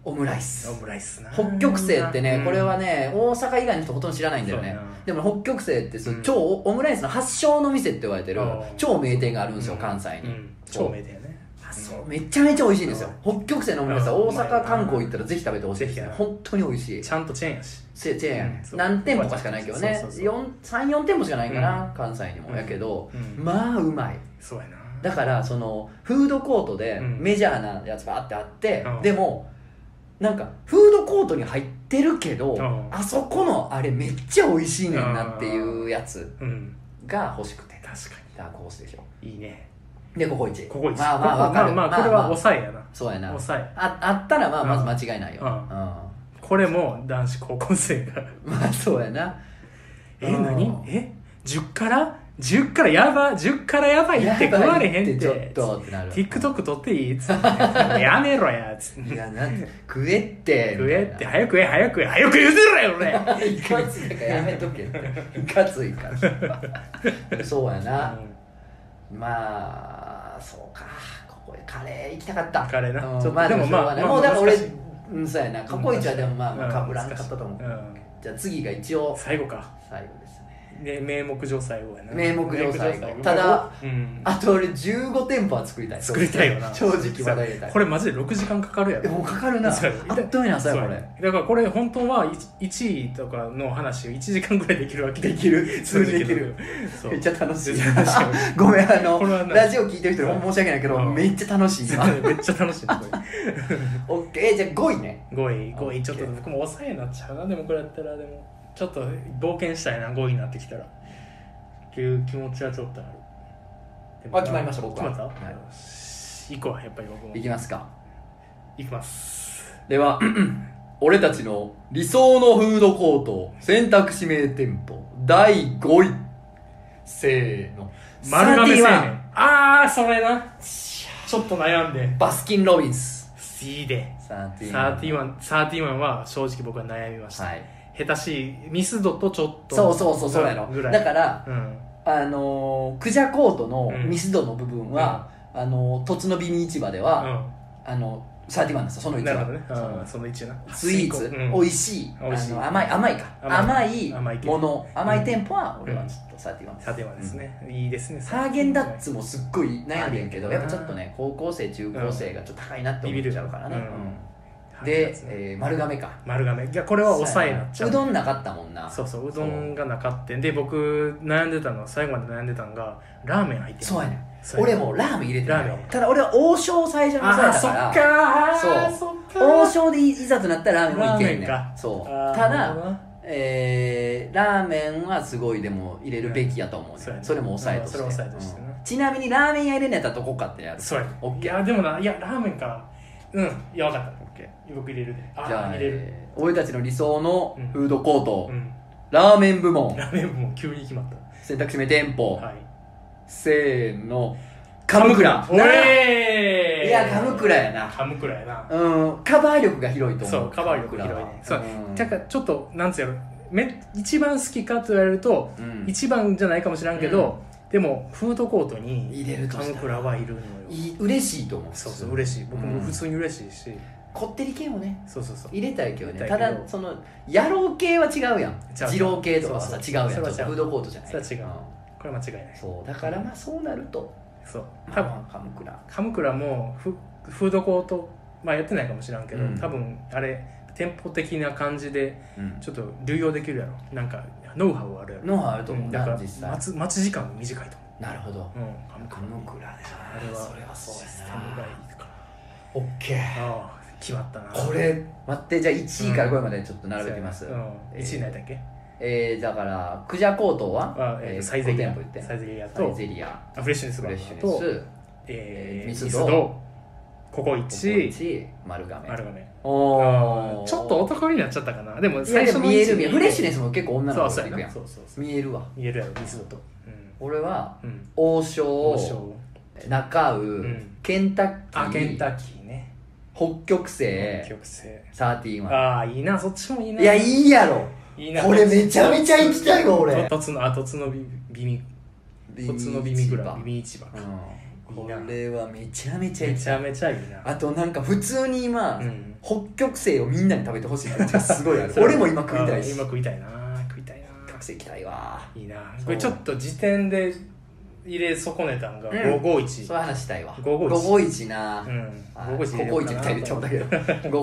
Speaker 1: オムライス
Speaker 2: オムライスな
Speaker 1: 北極星ってね、
Speaker 2: うん
Speaker 1: これはね大阪以外の人ほとんど知らないんだよ
Speaker 2: そう
Speaker 1: ね
Speaker 2: やな
Speaker 1: でも北極星ってそう、
Speaker 2: うん
Speaker 1: 超オムライスの発祥の店って言われてる
Speaker 2: ああ
Speaker 1: 超名店があるんですよ、
Speaker 2: うん
Speaker 1: 関西に、
Speaker 2: うん超名店やね
Speaker 1: あそうめちゃめちゃ美味しいんですよ北極星のオムライスは
Speaker 2: うん
Speaker 1: 大阪観光行ったらぜひ食べてほしいですね
Speaker 2: ぜひ
Speaker 1: 本当に美味しい
Speaker 2: ちゃんとチェーンやし
Speaker 1: せチェーン
Speaker 2: うんそう
Speaker 1: 何店舗かしかないけどね
Speaker 2: そうそうそう
Speaker 1: 34店舗しかないかな、
Speaker 2: う
Speaker 1: 関西にも
Speaker 2: うん
Speaker 1: やけど、
Speaker 2: うん
Speaker 1: まあうまい
Speaker 2: そうやな
Speaker 1: だからそのフードコートで
Speaker 2: うん
Speaker 1: メジャーなやつがあってあって、
Speaker 2: うん
Speaker 1: でもなんかフードコートに入ってるけど、
Speaker 2: うん
Speaker 1: あそこのあれめっちゃ美味しいねんなっていうやつ
Speaker 2: うん
Speaker 1: が欲しくて
Speaker 2: 確か
Speaker 1: ダークホースでしょ
Speaker 2: にいいね
Speaker 1: でココイチ
Speaker 2: ここ一
Speaker 1: まあまあわかる
Speaker 2: まあまあこれは
Speaker 1: まあ
Speaker 2: 抑えやな
Speaker 1: そうやな
Speaker 2: 抑え
Speaker 1: ああったらまあまず間違いないよ、
Speaker 2: う
Speaker 1: うんん (laughs)
Speaker 2: これも男子高校生が
Speaker 1: まあそうやな
Speaker 2: え
Speaker 1: うん
Speaker 2: 何え10から10からやば10からやばいって食われへんって
Speaker 1: やばいちょっとってなる
Speaker 2: TikTok 撮っていいっつってやめろやつって
Speaker 1: いやなん食えって
Speaker 2: 食えって早く食え早く食え早く言うてろよ俺
Speaker 1: いかついからやめとけっていかついからそうやな、まあそうかここへカレー行きたかった
Speaker 2: カレーな
Speaker 1: うん
Speaker 2: ちょっと
Speaker 1: まあでも
Speaker 2: でもまあ
Speaker 1: まあ
Speaker 2: まあ
Speaker 1: もうだから俺
Speaker 2: 難しい
Speaker 1: うんそうやな過去一はでもまあまあかぶらんかったと思う、
Speaker 2: ん
Speaker 1: じゃあ次が一応
Speaker 2: 最後か
Speaker 1: 最後ですね
Speaker 2: ね名目上最後やな
Speaker 1: 名目上最後
Speaker 2: 名目上
Speaker 1: ただ
Speaker 2: うん、
Speaker 1: あと俺15店舗は作りたい
Speaker 2: 作りたいよな
Speaker 1: 正直まだ入れたい
Speaker 2: これマジで6時間かかるや
Speaker 1: え
Speaker 2: ろ
Speaker 1: もうかかるなあ
Speaker 2: そうやろ
Speaker 1: っという間に朝やこれ
Speaker 2: だからこれ本当は 1, 位とかの話を1時間ぐらいできるわけ
Speaker 1: できる
Speaker 2: 通
Speaker 1: 通
Speaker 2: じ
Speaker 1: じ
Speaker 2: て
Speaker 1: できる
Speaker 2: そう
Speaker 1: めっちゃ楽しい
Speaker 2: めっちゃ楽し
Speaker 1: (laughs)
Speaker 2: い
Speaker 1: ごめんあの
Speaker 2: これはな
Speaker 1: ラジオ聞いてる人に申し訳ないけど
Speaker 2: うん
Speaker 1: めっちゃ楽しい今
Speaker 2: めっちゃ楽しいなこ
Speaker 1: オッケーえじゃあ5位ね
Speaker 2: れ5位5位ちょっと僕も抑えになっちゃうなでもこれやったらでもちょっと冒険したいな5位になってきたらっていう気持ちはちょっとあるでも
Speaker 1: あ決まりました僕は
Speaker 2: 決まっ
Speaker 1: はい
Speaker 2: た行こうやっぱり僕も
Speaker 1: いきますか
Speaker 2: 行きます
Speaker 1: では (clears throat) 俺たちの理想のフードコート選択指名店舗第5位せーの
Speaker 2: 丸亀製麺
Speaker 1: 31
Speaker 2: ああそれなちょっと悩んで
Speaker 1: バスキン・ロビンス
Speaker 2: いいで
Speaker 1: 31
Speaker 2: 31, 31は正直僕は悩みました、
Speaker 1: はい
Speaker 2: 下手しいミスドとちょっと
Speaker 1: そうそうそうそうやろ
Speaker 2: ぐらい
Speaker 1: だから
Speaker 2: うん、
Speaker 1: あのークジャコートのミスドの部分は、あのーとつの美味市場では、あの31なんですよその
Speaker 2: うん、
Speaker 1: 一
Speaker 2: なるほ
Speaker 1: 番
Speaker 2: どね、
Speaker 1: そ
Speaker 2: うん、
Speaker 1: の
Speaker 2: その一位な
Speaker 1: スイーツ、
Speaker 2: うん
Speaker 1: 美味しい
Speaker 2: 美味しい
Speaker 1: あの甘い甘いか
Speaker 2: 甘
Speaker 1: 甘
Speaker 2: い
Speaker 1: い
Speaker 2: 甘い系
Speaker 1: もの甘い店舗は俺はちょっと31です、
Speaker 2: 31ですね、いいですね
Speaker 1: ハーゲンダッツもすっごい悩んでんけど
Speaker 2: ハーゲ
Speaker 1: やっ
Speaker 2: ンダ
Speaker 1: ぱ
Speaker 2: ッツ
Speaker 1: ちょっとね高校生中高生がちょっと高いなって思っちゃうからね、
Speaker 2: ビビるよう
Speaker 1: う
Speaker 2: ん
Speaker 1: ん
Speaker 2: ハーゲンダ
Speaker 1: で
Speaker 2: ッ、ツね
Speaker 1: えー丸亀か
Speaker 2: 丸亀いやこれは抑えになっちゃう
Speaker 1: うどんなかったもんな
Speaker 2: そうそううどんがなかったんで僕悩んでたの最後まで悩んでたのがラーメン入ってる
Speaker 1: そうやねん
Speaker 2: そうやね
Speaker 1: 俺もラーメン入れてな
Speaker 2: ラーメ
Speaker 1: い
Speaker 2: ン
Speaker 1: ただ俺は王将最初にそう
Speaker 2: あ
Speaker 1: や
Speaker 2: あ
Speaker 1: った
Speaker 2: そっ
Speaker 1: から
Speaker 2: かー
Speaker 1: そ
Speaker 2: っかー
Speaker 1: 王将でいざとなったらラーメンもいけんね
Speaker 2: ラーメン
Speaker 1: んそう
Speaker 2: あー
Speaker 1: た
Speaker 2: なるほ
Speaker 1: だ
Speaker 2: どな
Speaker 1: えーラーメンはすごいでも入れるべきやと思うね、
Speaker 2: そうやね
Speaker 1: それも抑えとして,、
Speaker 2: うんそれ抑えとしてな
Speaker 1: うんちなみにラーメン屋入れんのやったらどこかってやる
Speaker 2: そうやね
Speaker 1: オッ
Speaker 2: い
Speaker 1: ケー
Speaker 2: やでもないやラーメンかうんいや分かっ
Speaker 1: オッケ
Speaker 2: た僕入れるであ
Speaker 1: ーじゃあ、
Speaker 2: 入れる、
Speaker 1: えー俺たちの理想のフードコート、
Speaker 2: うん
Speaker 1: ラーメン部門
Speaker 2: ラーメンも急に決まっ
Speaker 1: 選択肢名店舗、
Speaker 2: たはい
Speaker 1: せーのカムクラ
Speaker 2: おえー
Speaker 1: いやカムクラやな
Speaker 2: カムクラやな
Speaker 1: うんカバー力が広いと思
Speaker 2: そううカバー力広いねそうだ
Speaker 1: か
Speaker 2: からちょっとなんつうやろめ一番好きかと言われると、
Speaker 1: うん
Speaker 2: 一番じゃないかもしらんけど、でもフードコートに
Speaker 1: 入れると
Speaker 2: カ
Speaker 1: し
Speaker 2: ム
Speaker 1: た
Speaker 2: ク
Speaker 1: ら
Speaker 2: ラはいるのよ
Speaker 1: いい嬉しいと思う
Speaker 2: そうそう嬉しい僕も普通に嬉しいし、
Speaker 1: こってり系をね
Speaker 2: そうそうそう
Speaker 1: 入れたいけどね
Speaker 2: 入れた
Speaker 1: た
Speaker 2: いけど
Speaker 1: だその野郎系は違うやん
Speaker 2: 違う
Speaker 1: 二郎系とかは
Speaker 2: そ
Speaker 1: さ
Speaker 2: うそう
Speaker 1: 違うやん
Speaker 2: そ
Speaker 1: ち
Speaker 2: れ
Speaker 1: ょ
Speaker 2: は違う
Speaker 1: っとフードコートじゃない
Speaker 2: それは違うこれは間違いない
Speaker 1: んそうだからまあそうなると
Speaker 2: そう多分
Speaker 1: まあカムクラ
Speaker 2: カムクラもフフードコート、まあ、やってないかもしらんけど、
Speaker 1: うん
Speaker 2: 多分あれ店舗的な感じで
Speaker 1: うん
Speaker 2: ちょっと流用できるやろなんかノウハウはあるやろ
Speaker 1: のはあると
Speaker 2: う
Speaker 1: 思うん
Speaker 2: だか
Speaker 1: な
Speaker 2: ら
Speaker 1: 実際
Speaker 2: 待つ待ち時間も短いと
Speaker 1: なるほど
Speaker 2: 思う、うん、カムク
Speaker 1: カ
Speaker 2: ラ
Speaker 1: ムクラね
Speaker 2: あれは
Speaker 1: それはそう
Speaker 2: シ
Speaker 1: で
Speaker 2: ス
Speaker 1: す
Speaker 2: テ
Speaker 1: な
Speaker 2: ムがいいから
Speaker 1: オッケー
Speaker 2: ああ決まったな
Speaker 1: これ待ってじゃあ1位から5位までちょっと並べてます、
Speaker 2: そうやなうん、1位になりたっけ
Speaker 1: えー、だからクジャコートは、
Speaker 2: あえーとサイゼ
Speaker 1: 5
Speaker 2: リ
Speaker 1: 店
Speaker 2: ヤ
Speaker 1: 舗行って
Speaker 2: サイゼリヤ
Speaker 1: サイ
Speaker 2: と
Speaker 1: ゼリア
Speaker 2: あフレッシュネス
Speaker 1: フ
Speaker 2: バ
Speaker 1: レ
Speaker 2: ー
Speaker 1: ッ
Speaker 2: ガ
Speaker 1: シュ
Speaker 2: ー
Speaker 1: ネ
Speaker 2: と
Speaker 1: ス
Speaker 2: え
Speaker 1: え
Speaker 2: ー
Speaker 1: ー
Speaker 2: ミ
Speaker 1: ミ
Speaker 2: ス
Speaker 1: ス
Speaker 2: ド
Speaker 1: ド
Speaker 2: ココイチ
Speaker 1: 1丸亀
Speaker 2: 丸亀
Speaker 1: お
Speaker 2: あ
Speaker 1: お
Speaker 2: ーちょっとお得になっちゃったかなでも
Speaker 1: いや
Speaker 2: 最
Speaker 1: で
Speaker 2: 初
Speaker 1: も
Speaker 2: の
Speaker 1: 見える見える
Speaker 2: 位置
Speaker 1: フレッシュネスも結構女
Speaker 2: そ
Speaker 1: の
Speaker 2: う
Speaker 1: 子
Speaker 2: そ
Speaker 1: 行
Speaker 2: うや
Speaker 1: くや
Speaker 2: な。
Speaker 1: ん
Speaker 2: そうそうそう。
Speaker 1: 見えるわ
Speaker 2: 見えるやろ、ミスドと。うん。
Speaker 1: 俺は
Speaker 2: うん。
Speaker 1: 王将
Speaker 2: 王将
Speaker 1: 中羽、
Speaker 2: ん
Speaker 1: ケンタッキー
Speaker 2: あ、ケンタッキーね。
Speaker 1: 北極星
Speaker 2: 曲線。
Speaker 1: サーティワ
Speaker 2: ああ、いいな、そっちもいいな。
Speaker 1: ンいやいいやろ
Speaker 2: いいな。
Speaker 1: これめちゃめちゃ行きたいわ俺
Speaker 2: とつの、あ、とつのび、びみ、とつのびみぐらい。びみ市場
Speaker 1: う
Speaker 2: か。
Speaker 1: ん、
Speaker 2: いい
Speaker 1: こ
Speaker 2: な
Speaker 1: れはめちゃめちゃいい
Speaker 2: めちゃめちゃいいな。
Speaker 1: あとなんか普通に今、
Speaker 2: うん
Speaker 1: 北極星をみんなに食べてほしいってめっちゃすごいある
Speaker 2: (laughs) それ
Speaker 1: 俺も今食いたいし
Speaker 2: あ
Speaker 1: 北
Speaker 2: 今食いたいな。食いたいな。
Speaker 1: 極星行きたいわ
Speaker 2: いいな。
Speaker 1: そう
Speaker 2: これちょっと時点で入れ損ねたんが、
Speaker 1: うん
Speaker 2: 551
Speaker 1: そう。いう話したいわ
Speaker 2: 551
Speaker 1: 551な、
Speaker 2: うん。
Speaker 1: あ
Speaker 2: 551入れよ
Speaker 1: ここ
Speaker 2: う
Speaker 1: 一み
Speaker 2: かな
Speaker 1: たいに言っちゃったけど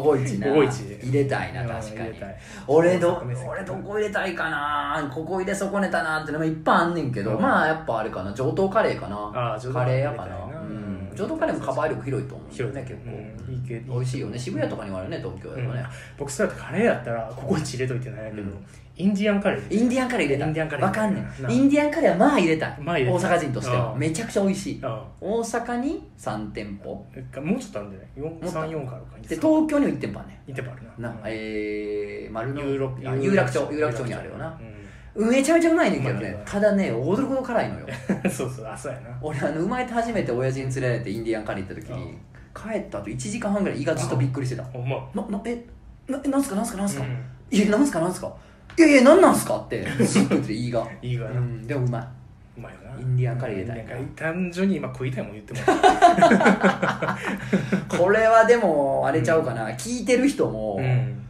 Speaker 1: 551な
Speaker 2: 551
Speaker 1: 入れたいな
Speaker 2: うん
Speaker 1: 確か
Speaker 2: 入
Speaker 1: に
Speaker 2: れたい
Speaker 1: 俺
Speaker 2: 大
Speaker 1: ど
Speaker 2: 阪目線
Speaker 1: 俺どこ入れたいかなここ入れ損ねたなってのもいっぱいあんねんけど、
Speaker 2: うん
Speaker 1: まあやっぱあれかな上等カレーかな
Speaker 2: あー上等カ
Speaker 1: カ
Speaker 2: レ
Speaker 1: レ
Speaker 2: ー
Speaker 1: ーやかな
Speaker 2: 入れたいな
Speaker 1: うん上等カレーもカバー力広いと思うんだよ
Speaker 2: 広い
Speaker 1: ね結構、
Speaker 2: ねうんいいけ
Speaker 1: 美味しいよね渋谷とかにもあるね東京だとね、
Speaker 2: 僕それやったらカレーやったらココイチ入れといてないけど、
Speaker 1: うん
Speaker 2: インディアンカレ
Speaker 1: イ
Speaker 2: ー
Speaker 1: ンディアンカレー入れた
Speaker 2: インディアンカレー
Speaker 1: わかんね
Speaker 2: なん
Speaker 1: インディアンカレーはまあ入れたい、
Speaker 2: まあ入れたい
Speaker 1: 大阪人としては
Speaker 2: うん
Speaker 1: めちゃくちゃ美味しい
Speaker 2: あ
Speaker 1: 大阪に3店舗
Speaker 2: あもうちょっとあるんじゃない
Speaker 1: もっと
Speaker 2: 34個あるか
Speaker 1: で東京にも1店舗あんねん
Speaker 2: 行ってもあるな
Speaker 1: な、えー、丸の
Speaker 2: 有楽
Speaker 1: あ有楽町有楽町にあるよな、
Speaker 2: う
Speaker 1: めちゃめちゃうまいねんけど
Speaker 2: うまいけ
Speaker 1: ね
Speaker 2: ど
Speaker 1: ただね驚くほど辛いのよ
Speaker 2: ん (laughs) そうそうあそうやな
Speaker 1: 俺あの生まれて初めて親父に連れられてインディアンカレー行った時に、
Speaker 2: うん
Speaker 1: 帰った後1時間半ぐらい胃がずっとびっくりしてた
Speaker 2: ほんま
Speaker 1: ななえなえなんすかなんすかなんすか、
Speaker 2: うん
Speaker 1: いやなんすかなんすかいやいやなんなんすかってずっと言ってて胃が
Speaker 2: いいわ
Speaker 1: う
Speaker 2: な、うん
Speaker 1: でもうまい
Speaker 2: まいよな
Speaker 1: インディアンカレー入れたいな
Speaker 2: インディアンカレー単純に今食いたいもん言ってもら
Speaker 1: (laughs) これはでもあれちゃうかな、聞いてる人も、
Speaker 2: う、うん、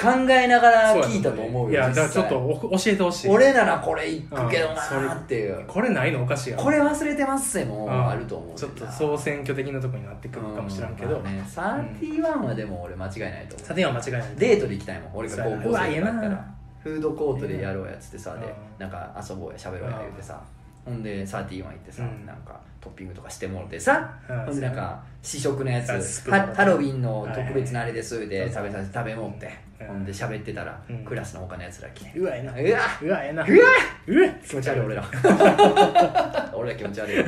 Speaker 1: 考えながら
Speaker 2: そうや
Speaker 1: 聞いたと思うよ
Speaker 2: いやだから
Speaker 1: 実
Speaker 2: ちょ
Speaker 1: 際
Speaker 2: っとお教えてほしい
Speaker 1: 俺ならこれ行くけどな
Speaker 2: うんそれ
Speaker 1: ーっていう
Speaker 2: これないのおかしいやん
Speaker 1: これ忘れてますせも
Speaker 2: うん
Speaker 1: あると思う
Speaker 2: ちょっと
Speaker 1: う
Speaker 2: 総選挙的なとこになってくるかもしらんけど、
Speaker 1: まあね、31はでも俺間違いないと思
Speaker 2: サテンは間違いないで
Speaker 1: うデートで行きたいもん俺が高校
Speaker 2: うわえ
Speaker 1: 生
Speaker 2: え
Speaker 1: だったら
Speaker 2: な
Speaker 1: フードコートでやろうやっつってさ
Speaker 2: うん
Speaker 1: でなんか遊ぼうや喋ろうや言うてさほんで31行ってさ、
Speaker 2: うん
Speaker 1: なんかトッピングとかしてもろてさ
Speaker 2: うん
Speaker 1: ほんでなんか試食のや
Speaker 2: あ
Speaker 1: つ
Speaker 2: スプーン
Speaker 1: ハハロウィンの特別なあれですで食べさせ食べもって、
Speaker 2: うん
Speaker 1: ほんで喋ってたら、
Speaker 2: うん
Speaker 1: クラスの他のやつら来て、
Speaker 2: うわええな
Speaker 1: うわ
Speaker 2: うわええな
Speaker 1: うわ
Speaker 2: うわ
Speaker 1: 気持ち悪い俺ら俺ら気持ち悪いよ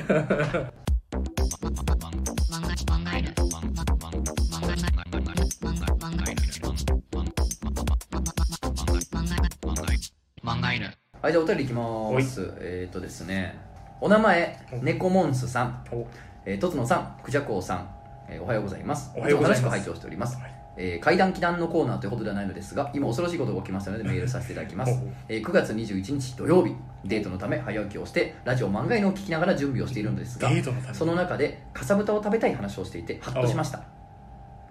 Speaker 1: はいじゃあお便りいきますえっ、ー、とですねお名前
Speaker 2: お
Speaker 1: 猫モンスさん
Speaker 2: お
Speaker 1: えー、とつのさん、くじゃこうさん、えーおはようございます。
Speaker 2: おはようございます
Speaker 1: つも楽しく拝聴しております。
Speaker 2: はい
Speaker 1: えー、階段祈談のコーナーというほどではないのですが、今恐ろしいことが起きましたのでメールさせていただきます
Speaker 2: おう。
Speaker 1: えー、9月21日土曜日、デートのため早起きをして、ラジオ漫画犬を聞きながら準備をしているのです
Speaker 2: デ
Speaker 1: が、
Speaker 2: ートのため
Speaker 1: その中で、かさぶたを食べたい話をしていて、ハッとしました。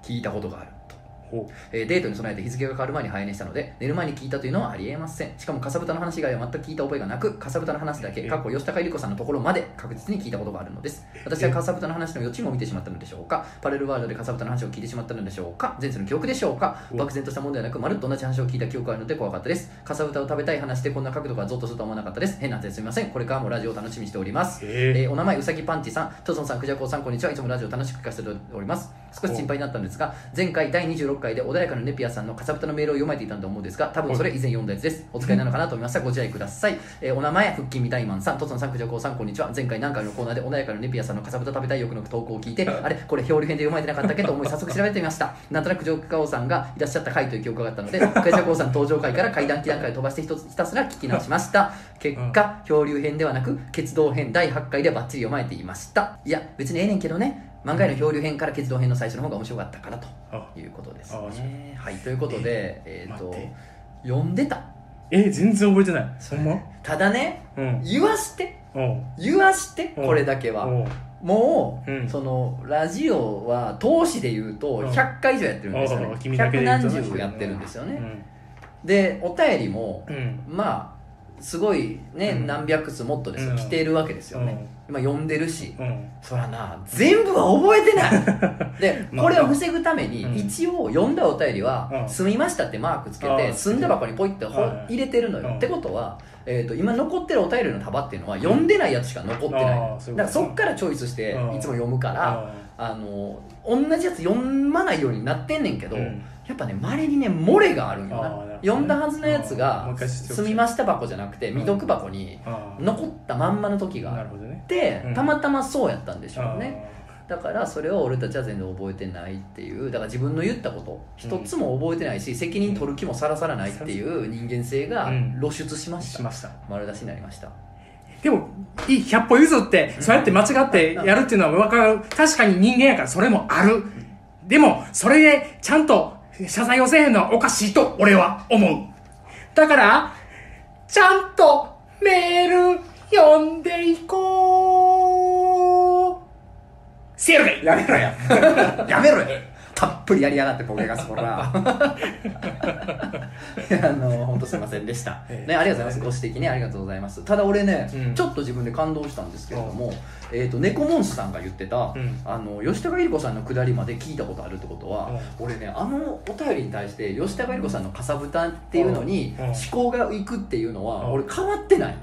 Speaker 1: 聞いたことがある。と
Speaker 2: ほ
Speaker 1: えーデートに備えて日付が変わる前に早寝したので寝る前に聞いたというのはありえませんしかもかさぶたの話以外は全く聞いた覚えがなくかさぶたの話だけ
Speaker 2: え
Speaker 1: 過去吉高由里子さんのところまで確実に聞いたことがあるのです私はかさぶたの話の余地も見てしまったのでしょうかパレルワールドでかさぶたの話を聞いてしまったのでしょうか前世の記憶でしょうか
Speaker 2: うわ
Speaker 1: 漠然としたものではなくまるっと同じ話を聞いた記憶があるので怖かったですかさぶたを食べたい話でこんな角度がゾッとするとは思わなかったです変な話ですみませんこれからもラジオを楽しみにしております
Speaker 2: えー
Speaker 1: えーお名前うさぎパンチさん、トソンさん、クジャコウさん、こんにちは。いつもラジオ楽しく聞かせております。少し心配になったんですが、前回第26回で穏やかなネピアさんのかさぶたのメールを読まれていたと思うんですが、多分それ以前読んだやつです。お使いなのかなと思いました。ご自愛ください。えーお名前、腹筋みたいマンさん、トソンさん、クジャコウさん、こんにちは。前回何回のコーナーで穏やかなネピアさんのかさぶた食べたい欲の投稿を聞い
Speaker 2: (laughs)
Speaker 1: て、あれ、これ表裏編で読まれてなかったっけと思い、早速調べてみました。なんとなくジョーカオさんがいらっしゃった回という記憶があったので、
Speaker 2: (laughs)
Speaker 1: クジャコウさん登場回から階段期段階を飛ばして一つひたすら聞き直しました。結果、が漂流編ではなく決動編第8回でバッチリ読まれていましたいや別にええねんけどね漫画への漂流編から決動編の最初の方が面白かったからと
Speaker 2: あ
Speaker 1: いうことです
Speaker 2: あ
Speaker 1: ねはいということでえっ、と
Speaker 2: 待って
Speaker 1: 読んでた
Speaker 2: えー全然覚えてないほんま
Speaker 1: ただね
Speaker 2: うん
Speaker 1: 言わして
Speaker 2: おう
Speaker 1: 言わして
Speaker 2: うん
Speaker 1: これだけは
Speaker 2: おう
Speaker 1: もう、
Speaker 2: うん
Speaker 1: そのラジオは投資で言うと
Speaker 2: うん
Speaker 1: 100回以上やってるんですよね、
Speaker 2: おう君だけ
Speaker 1: 百
Speaker 2: で言うと
Speaker 1: 何
Speaker 2: な
Speaker 1: 十やってるんですよね、でお便りも
Speaker 2: うんうん
Speaker 1: まあすごいね、
Speaker 2: うん
Speaker 1: 何百数もっとですよ、
Speaker 2: うん
Speaker 1: 来ているわけですよね、今読んでるし、
Speaker 2: うんうん
Speaker 1: そらな全部は覚えてない
Speaker 2: (laughs)
Speaker 1: で
Speaker 2: まあ
Speaker 1: これを防ぐために、
Speaker 2: うん
Speaker 1: 一応読んだお便りは「
Speaker 2: うん
Speaker 1: 済みました」ってマークつけ
Speaker 2: あ
Speaker 1: て
Speaker 2: ー
Speaker 1: 済んだ箱にポイってほ
Speaker 2: はい
Speaker 1: 入れてるのよ、
Speaker 2: うん
Speaker 1: ってことは、えー、と今残ってるお便りの束っていうのは読んでないやつしか残ってない、
Speaker 2: あーそう
Speaker 1: だ
Speaker 2: いうこと
Speaker 1: からそっからチョイスしていつ
Speaker 2: うん
Speaker 1: も読むから、あの同じやつ読まないようになってんねんけど、
Speaker 2: うん
Speaker 1: やっぱねまれにね漏れがあるんよ
Speaker 2: あー
Speaker 1: な
Speaker 2: なるほどね
Speaker 1: 読んだはずのやつ
Speaker 2: うん
Speaker 1: が
Speaker 2: もう一
Speaker 1: 「
Speaker 2: 回してほしい
Speaker 1: 済みました」箱じゃなくて
Speaker 2: うん
Speaker 1: 未読箱に
Speaker 2: あー
Speaker 1: 残ったまんまの時がある
Speaker 2: なるほどね
Speaker 1: って
Speaker 2: うん
Speaker 1: たまたまそうやったんでしょうね、
Speaker 2: あー
Speaker 1: だからそれを俺たちは全然覚えてないっていうだから自分の言ったこと一つも覚えてないし、責任取る気もさらさらないっていう人間性が
Speaker 2: うん
Speaker 1: 露出しました、
Speaker 2: しました
Speaker 1: 丸出しになりました
Speaker 2: でもいい100歩譲ってそうやって間違ってやるっていうのは分かる確かに人間やからそれもあるでもそれでちゃんと謝罪をせえへんのはおかしいと俺は思うだからちゃんとメール読んでいこうせやろが (laughs) い
Speaker 1: やめろややめろやたっぷりやりやがってボケがそら
Speaker 2: (laughs)
Speaker 1: いやあの本当すいませんでした、
Speaker 2: ええ
Speaker 1: ね、ありがとうございますご指摘ねありがとうございますただ俺ね、
Speaker 2: うん
Speaker 1: ちょっと自分で感動したんですけれども、えー、と猫モンスさんが言ってた、
Speaker 2: うん
Speaker 1: あの吉高由里子さんのくだりまで聞いたことあるってことは、俺ねあのお便りに対して吉高由里子さんのかさぶたっていうのに
Speaker 2: うん
Speaker 1: 思考がいくっていうのは、
Speaker 2: うん
Speaker 1: 俺変わってないんよ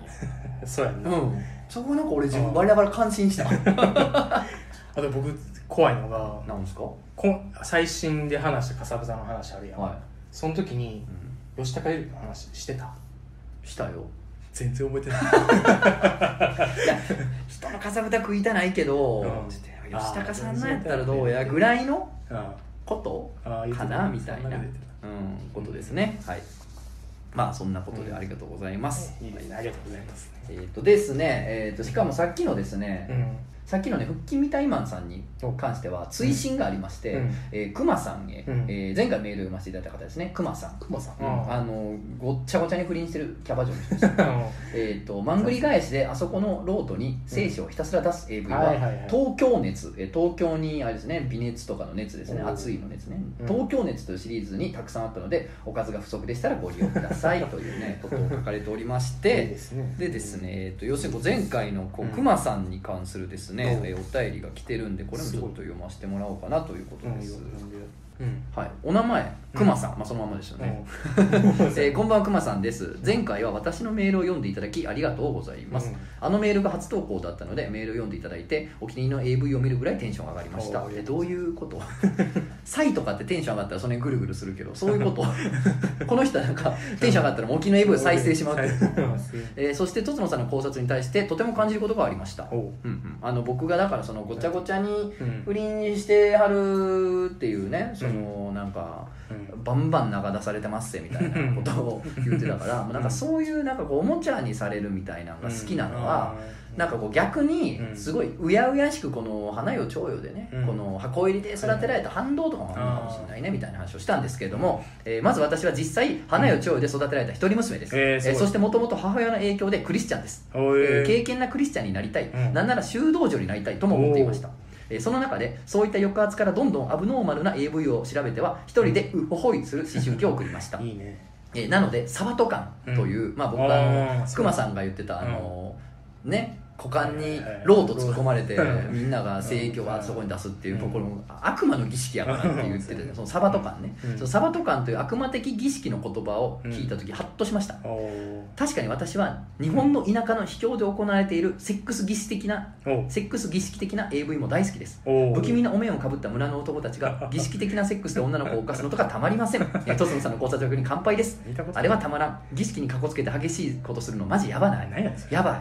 Speaker 2: そうやんな
Speaker 1: うんそこなんか俺自分我ながら感心した
Speaker 2: あと僕怖いのが
Speaker 1: なんですか
Speaker 2: こん最新で話したかさぶたの話あるやん、
Speaker 1: は
Speaker 2: その時に
Speaker 1: い、うん
Speaker 2: 吉高由里子の話してた
Speaker 1: したよ
Speaker 2: 全然覚え
Speaker 1: (laughs)
Speaker 2: てない
Speaker 1: 人のかさぶた食いたないけど、
Speaker 2: う
Speaker 1: ち
Speaker 2: ん
Speaker 1: ょっと吉高さんのやったらどうやぐらいのことかなみたいな、うん、ことですねはいまあそんなことでありがとうございます、
Speaker 2: いいですねありがとうございます
Speaker 1: えっ、とですね、えー、としかもさっきのですね、
Speaker 2: うん
Speaker 1: さっきのね復帰ミタイマンさんに関しては追伸がありまして、
Speaker 2: うん
Speaker 1: えー、熊さんへ、
Speaker 2: うん
Speaker 1: えー前回メールを読ませていただいた方ですね熊さん
Speaker 2: クマさん
Speaker 1: あのごっちゃごちゃに不倫してるキャバ嬢の人 (laughs) ですえーとまんぐり返しであそこのロートに精子をひたすら出す AV は、
Speaker 2: はいはいはい
Speaker 1: 東京熱えー東京にあれですね微熱とかの熱ですね
Speaker 2: おー
Speaker 1: 熱いの熱ね、
Speaker 2: うん
Speaker 1: 東京熱というシリーズにたくさんあったのでおかずが不足でしたらご利用くださいという
Speaker 2: (laughs)
Speaker 1: ねことを書かれておりまして
Speaker 2: すね
Speaker 1: でですね、えー、と要するにこう前回のこ
Speaker 2: うん
Speaker 1: う熊さんに関するですね、えー
Speaker 2: うん
Speaker 1: お便りが来てるんでこれもちょっと
Speaker 2: すご
Speaker 1: 読ませてもらおうかなということ
Speaker 2: うん
Speaker 1: です、
Speaker 2: うん
Speaker 1: はい、お名前熊さん、まあ、そのままですよね、えーこんばんは熊さんです前回は私のメールを読んでいただきありがとうございます、
Speaker 2: うん
Speaker 1: あのメールが初投稿だったのでメールを読んでいただいてお気に入りの AV を見るぐらいテンション上がりました
Speaker 2: おーあり
Speaker 1: え
Speaker 2: がと
Speaker 1: どう
Speaker 2: うござい
Speaker 1: いうことサイとかってテンション上がったらその辺ぐるぐるするけ (laughs) どそういうことこの人はなんかテンション上がったらもうお気の AV を再生しまうっていうえーそしてとつのさんの考察に対してとても感じることがありました、うん
Speaker 2: おう
Speaker 1: うん、あの僕がだからそのごちゃごちゃに
Speaker 2: うん
Speaker 1: 不倫してはるっていうねそのなんか
Speaker 2: うん
Speaker 1: バンバン流出されてますぜみたいなことを言ってたからもうなんかそういうなんかこうおもちゃにされるみたいなのが好きなのは、なんかこう逆に
Speaker 2: うん
Speaker 1: すごいうやうやしくこの花よ蝶よでね、
Speaker 2: うん
Speaker 1: この箱入りで育てられた反動とかもあるのかもしれないねみたいな話をしたんですけれども、えーまず私は実際花よ蝶よで育てられた一人娘です、
Speaker 2: うんえーすごい
Speaker 1: そしてもともと母親の影響でクリスチャンです、
Speaker 2: お
Speaker 1: え
Speaker 2: え
Speaker 1: ー敬虔なクリスチャンになりたい、
Speaker 2: うん
Speaker 1: なんなら修道女になりたいとも思っていましたえーその中でそういった抑圧からどんどんアブノーマルな AV を調べては一人でうほほいする思春期を送りました
Speaker 2: いいね
Speaker 1: えーなのでサバト感という、まあ僕は
Speaker 2: あ
Speaker 1: あの
Speaker 2: ーそう
Speaker 1: クマさんが言ってたあの、ね股間に
Speaker 2: はいはい
Speaker 1: ローと突っ込まれて、
Speaker 2: うん
Speaker 1: みんなが精液をあそこに出すっていうところも悪魔の儀式やからって言ってて、
Speaker 2: うん
Speaker 1: そのサバト感ね、
Speaker 2: うん
Speaker 1: そのサバト感という悪魔的儀式の言葉を聞いた時、ハッとしました
Speaker 2: おお
Speaker 1: 確かに私は日本の田舎の秘境で行われているセックス儀式的なセックス儀式的な AV も大好きです
Speaker 2: お
Speaker 1: 不気味なお面をかぶった村の男たち
Speaker 2: (laughs)
Speaker 1: が儀式的なセックスで女の子を犯すのとかたまりませんえーとつのさんの考察力に乾杯です
Speaker 2: 見たこと
Speaker 1: あれはたまらん儀式にかこつけて激しいことするのマジやばない
Speaker 2: 何やねんそれ
Speaker 1: やばい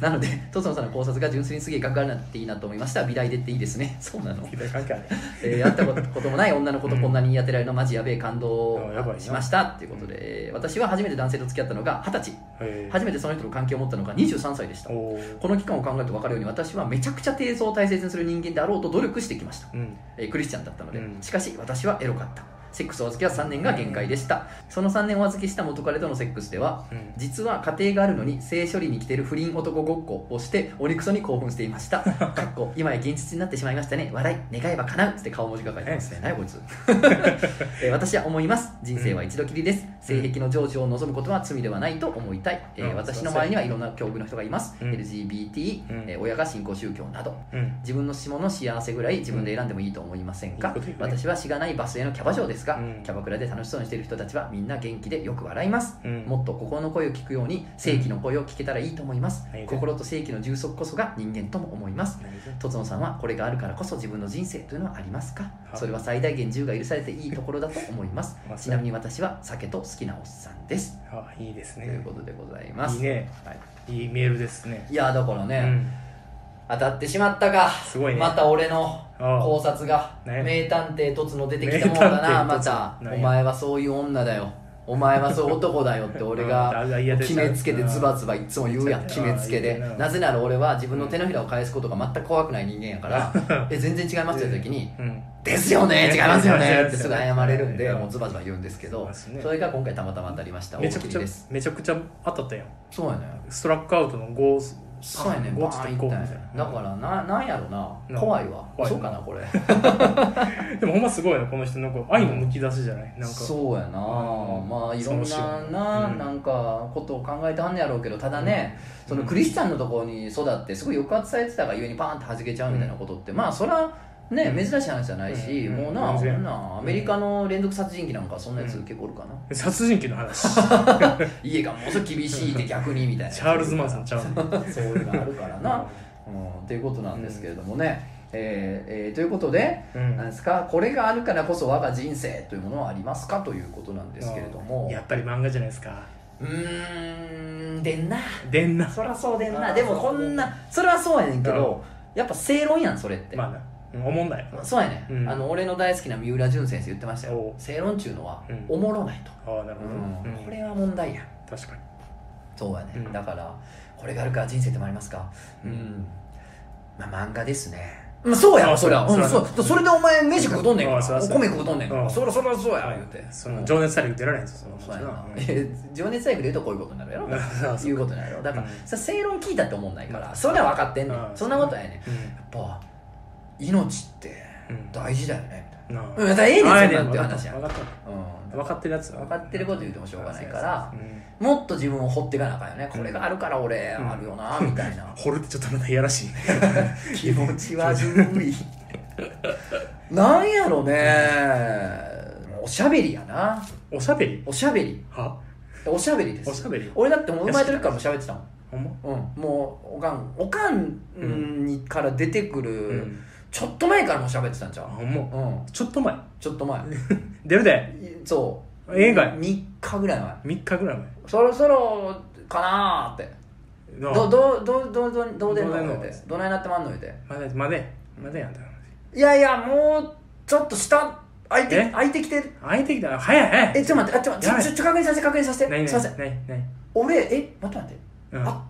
Speaker 1: なのでとつのさんの考察が純粋にすげえ学科になっていいなと思いました美大出ていいですねそうなの
Speaker 2: 聞いた関係ある
Speaker 1: えーやったこともない女の子とこんなに言い当てられるのマジやべえ感動
Speaker 2: うんあやばい
Speaker 1: を
Speaker 2: な
Speaker 1: しましたっていうことで、えー私は初めて男性と付き合ったのが二十歳
Speaker 2: へ
Speaker 1: 初めてその人と関係を持ったのが23歳でした
Speaker 2: ーおー
Speaker 1: この期間を考えると分かるように私はめちゃくちゃ低層を大切にする人間であろうと努力してきました
Speaker 2: うん
Speaker 1: えークリスチャンだったので、
Speaker 2: うん
Speaker 1: しかし私はエロかったセックスお預けは3年が限界でした、その3年お預けした元彼とのセックスでは
Speaker 2: うん
Speaker 1: 実は家庭があるのに性処理に来てる不倫男ごっこをしてお肉そに興奮していました
Speaker 2: (laughs)
Speaker 1: かっこ今や現実になってしまいましたね笑い願えば叶うつって顔文字が書いてますね何こいつえー私は思います人生は一度きりです、性癖の成就を望むことは罪ではないと思いたい、えー
Speaker 2: うん
Speaker 1: 私の周りにはいろんな境遇の人がいます、
Speaker 2: うん
Speaker 1: LGBT、
Speaker 2: うん
Speaker 1: えー親が信仰宗教など
Speaker 2: うん
Speaker 1: 自分の下の幸せぐらい自分で選んでもいいと思いませんか、
Speaker 2: うんいいこと言うね
Speaker 1: 私はしがないバスへのキャバ嬢ですが、
Speaker 2: うん
Speaker 1: キャバクラで楽しそうにしている人たちはみんな元気でよく笑います、
Speaker 2: うん
Speaker 1: もっと心の声を聞くように正規の声を聞けたらいいと思います、
Speaker 2: はい
Speaker 1: 心と正規の充足こそが人間とも思います
Speaker 2: 何じゃ
Speaker 1: とつのさんはこれがあるからこそ自分の人生というのはありますか
Speaker 2: はい
Speaker 1: それは最大限自由が許されていいところだと思います
Speaker 2: (laughs) まあ
Speaker 1: ちなみに私は酒と好きなおっさんです
Speaker 2: あいいです
Speaker 1: という
Speaker 2: ね
Speaker 1: ことでございます
Speaker 2: いいね
Speaker 1: はい、
Speaker 2: いいメールですね
Speaker 1: いやだからね、
Speaker 2: うん
Speaker 1: 当たってしまったか
Speaker 2: すごいね
Speaker 1: また俺の
Speaker 2: ああ
Speaker 1: 考察が
Speaker 2: ね
Speaker 1: 名探偵とつの出てきたもんだな
Speaker 2: 名探偵
Speaker 1: また
Speaker 2: ね
Speaker 1: お前はそういう女だよお前はそういう男だよって俺が
Speaker 2: うんあいや
Speaker 1: 決めつけて
Speaker 2: うん
Speaker 1: ズバズバいつも言うやん
Speaker 2: うん
Speaker 1: 決めつけで
Speaker 2: うんうん
Speaker 1: なぜなら俺は自分の手のひらを返すことが全く怖くない人間やから
Speaker 2: (laughs)
Speaker 1: え全然違いますよって時に
Speaker 2: うん
Speaker 1: 「ですよね違い
Speaker 2: (laughs)
Speaker 1: ますよ
Speaker 2: 違い
Speaker 1: ね」っ
Speaker 2: ますよね
Speaker 1: てすぐ謝れるんで
Speaker 2: うん
Speaker 1: もうズバズバ言うんですけ
Speaker 2: そう
Speaker 1: ど
Speaker 2: ですね
Speaker 1: それが今回たまたま当たりました
Speaker 2: め
Speaker 1: 大
Speaker 2: ちゃ
Speaker 1: 喜
Speaker 2: くち
Speaker 1: 利
Speaker 2: ゃ
Speaker 1: です
Speaker 2: めちゃくちゃ当たったやん
Speaker 1: そうやね
Speaker 2: ストラックアウトの5
Speaker 1: そうやね
Speaker 2: 5
Speaker 1: バ
Speaker 2: つと
Speaker 1: ーン
Speaker 2: 5
Speaker 1: 行
Speaker 2: み
Speaker 1: った
Speaker 2: た
Speaker 1: ん
Speaker 2: い
Speaker 1: やだ
Speaker 2: な
Speaker 1: からななんやろ
Speaker 2: な
Speaker 1: な怖いわ
Speaker 2: 怖い
Speaker 1: そ
Speaker 2: な
Speaker 1: うかなこれ
Speaker 2: でもほんますごいなこの人なんか愛のむき出しじゃないなんか
Speaker 1: そうやな、
Speaker 2: うん
Speaker 1: まあいろん
Speaker 2: その
Speaker 1: な
Speaker 2: 人
Speaker 1: な,、
Speaker 2: うん
Speaker 1: なんかことを考えてはんねやろうけどただね、そのクリスチャンのところに育ってすごい抑圧されてたがゆえにパーンって弾けちゃうみたいなことって、まあそらね珍しい話じゃないし、
Speaker 2: うん
Speaker 1: もうな、
Speaker 2: 全
Speaker 1: そ
Speaker 2: 然
Speaker 1: んなアメリカの連続殺人鬼なんかそんなやつ結構おるかな、
Speaker 2: 殺人鬼の話
Speaker 1: 家がもうすごい厳しいって逆にみたいな
Speaker 2: チャールズ・マンさんちゃうの
Speaker 1: そういうのがあるから
Speaker 2: (laughs)
Speaker 1: な、うん、っていうことなんですけれどもね、えーえーということで、
Speaker 2: うん
Speaker 1: なんですかこれがあるからこそ我が人生というものはありますかということなんですけれども
Speaker 2: やっぱり漫画じゃないですか
Speaker 1: うーんで
Speaker 2: (laughs)
Speaker 1: んな
Speaker 2: でんな
Speaker 1: そらそうでん
Speaker 2: あ
Speaker 1: な
Speaker 2: ー
Speaker 1: でもこんなそれはそうやねんけどやっぱ正論やんそれって、
Speaker 2: まあなうんおもんないあ
Speaker 1: そうやね、
Speaker 2: うん
Speaker 1: ん、あの俺の大好きな三浦淳先生言ってましたよ
Speaker 2: おう
Speaker 1: 正論っちゅうのは
Speaker 2: うん
Speaker 1: おもろないと、
Speaker 2: あなるほどね
Speaker 1: うん
Speaker 2: うん
Speaker 1: これは問題やん
Speaker 2: 確かに
Speaker 1: そうやね、
Speaker 2: うん
Speaker 1: だからこれがあるから人生ってもありますかうん、まあ漫画ですねまあそうやわ
Speaker 2: あ
Speaker 1: そりゃ
Speaker 2: そううん
Speaker 1: そ
Speaker 2: そう
Speaker 1: だそれでお前飯食うとんねんから
Speaker 2: あそう
Speaker 1: お
Speaker 2: そう
Speaker 1: 米食うとんねんから
Speaker 2: うん
Speaker 1: そりゃそりゃそうや言うて
Speaker 2: その情熱大陸出られへんぞその
Speaker 1: そうやな
Speaker 2: うん
Speaker 1: え情熱大陸で言うとこ (laughs) ういうことになるやろ
Speaker 2: うんそうそう
Speaker 1: いうことになるやろだから
Speaker 2: うん
Speaker 1: さ正論聞いたって思うんないからそれは分かってんねん
Speaker 2: うん
Speaker 1: そんなことやねんや
Speaker 2: うん
Speaker 1: っぱ命って
Speaker 2: うん
Speaker 1: 大事だよね
Speaker 2: な
Speaker 1: みたいなうんだ
Speaker 2: あ
Speaker 1: からええねん
Speaker 2: あええ
Speaker 1: そん
Speaker 2: ね
Speaker 1: なんって
Speaker 2: ん分かっ
Speaker 1: 話
Speaker 2: た
Speaker 1: や
Speaker 2: 分かった
Speaker 1: うん
Speaker 2: 分かってるやつ
Speaker 1: 分かってること言うてもしょうがないから
Speaker 2: うん
Speaker 1: もっと自分を掘っていかなあかんよねこれがあるから俺
Speaker 2: うん
Speaker 1: あるよなみたい
Speaker 2: (laughs)
Speaker 1: な
Speaker 2: 掘るってちょっとまたいやらしいね
Speaker 1: (laughs) 気持ち悪い (laughs) なんやろねおしゃべりやな
Speaker 2: (laughs) おしゃべり
Speaker 1: おしゃべり
Speaker 2: は
Speaker 1: おしゃべりです
Speaker 2: おしゃべり
Speaker 1: 俺だってもう生まれてるからもう喋ってたもん
Speaker 2: ほんま
Speaker 1: うん、もうおかんおかんにから出てくる、
Speaker 2: うん
Speaker 1: ちょっと前からもう喋ってたんちゃ
Speaker 2: あ
Speaker 1: う、
Speaker 2: ほんま
Speaker 1: うん、
Speaker 2: ちょっと前
Speaker 1: ちょっと
Speaker 2: (laughs)
Speaker 1: 前
Speaker 2: 出るで
Speaker 1: そう
Speaker 2: ええんかい
Speaker 1: 3日ぐらい前
Speaker 2: 3日ぐらい前
Speaker 1: そろそろかなーって
Speaker 2: なあ
Speaker 1: どどどどどどうでんの
Speaker 2: どうでんの
Speaker 1: 言うてどないなってまんの言うて
Speaker 2: まだまだやまだやんだ
Speaker 1: いやいやもうちょっと下空いて
Speaker 2: え
Speaker 1: 空いてきてる
Speaker 2: 開いてきたら早い早い
Speaker 1: えちょっと待ってあちょっと
Speaker 2: やば
Speaker 1: 待っ
Speaker 2: い
Speaker 1: てちょちょ確認させて確認させて
Speaker 2: ないない
Speaker 1: すいません
Speaker 2: ないない
Speaker 1: 俺え待って待って、
Speaker 2: うん
Speaker 1: あ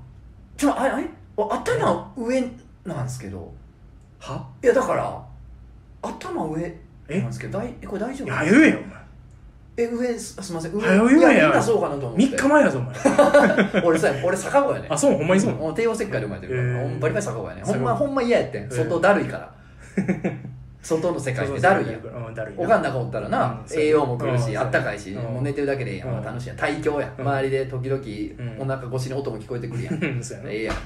Speaker 1: ちょあれあれあ頭上なんですけど
Speaker 2: はい
Speaker 1: やだから頭上
Speaker 2: え
Speaker 1: なんですけどだいえこれ大丈夫
Speaker 2: やゆえよ
Speaker 1: え上すすみません上
Speaker 2: 早う言うやん
Speaker 1: いやみんなそうかなと
Speaker 2: お
Speaker 1: 思って
Speaker 2: 前3日前やぞお
Speaker 1: (laughs)
Speaker 2: 前
Speaker 1: 俺さ俺逆子やね
Speaker 2: あそうほんまにそう
Speaker 1: もう帝王切開で生まれてるから、
Speaker 2: へ
Speaker 1: ほ
Speaker 2: ー
Speaker 1: んバリバリ逆子やねほん
Speaker 2: 逆
Speaker 1: ま
Speaker 2: 子
Speaker 1: ほんま嫌やってん
Speaker 2: ー
Speaker 1: 外だるいから
Speaker 2: (laughs)
Speaker 1: 外の世界ってだるいやん
Speaker 2: うんだるい
Speaker 1: お
Speaker 2: な
Speaker 1: かん中おったらな、
Speaker 2: うん
Speaker 1: 栄養も来る
Speaker 2: う
Speaker 1: し
Speaker 2: ん
Speaker 1: あったかいし、
Speaker 2: うん
Speaker 1: もう寝てるだけでええやん、
Speaker 2: うん
Speaker 1: まあ楽しいやん体調や、ん、
Speaker 2: うん
Speaker 1: 周りで時
Speaker 2: うん
Speaker 1: 々お腹越しに音も聞こえてく
Speaker 2: (laughs)
Speaker 1: るやん、
Speaker 2: うんそうやな
Speaker 1: ええやん
Speaker 2: うん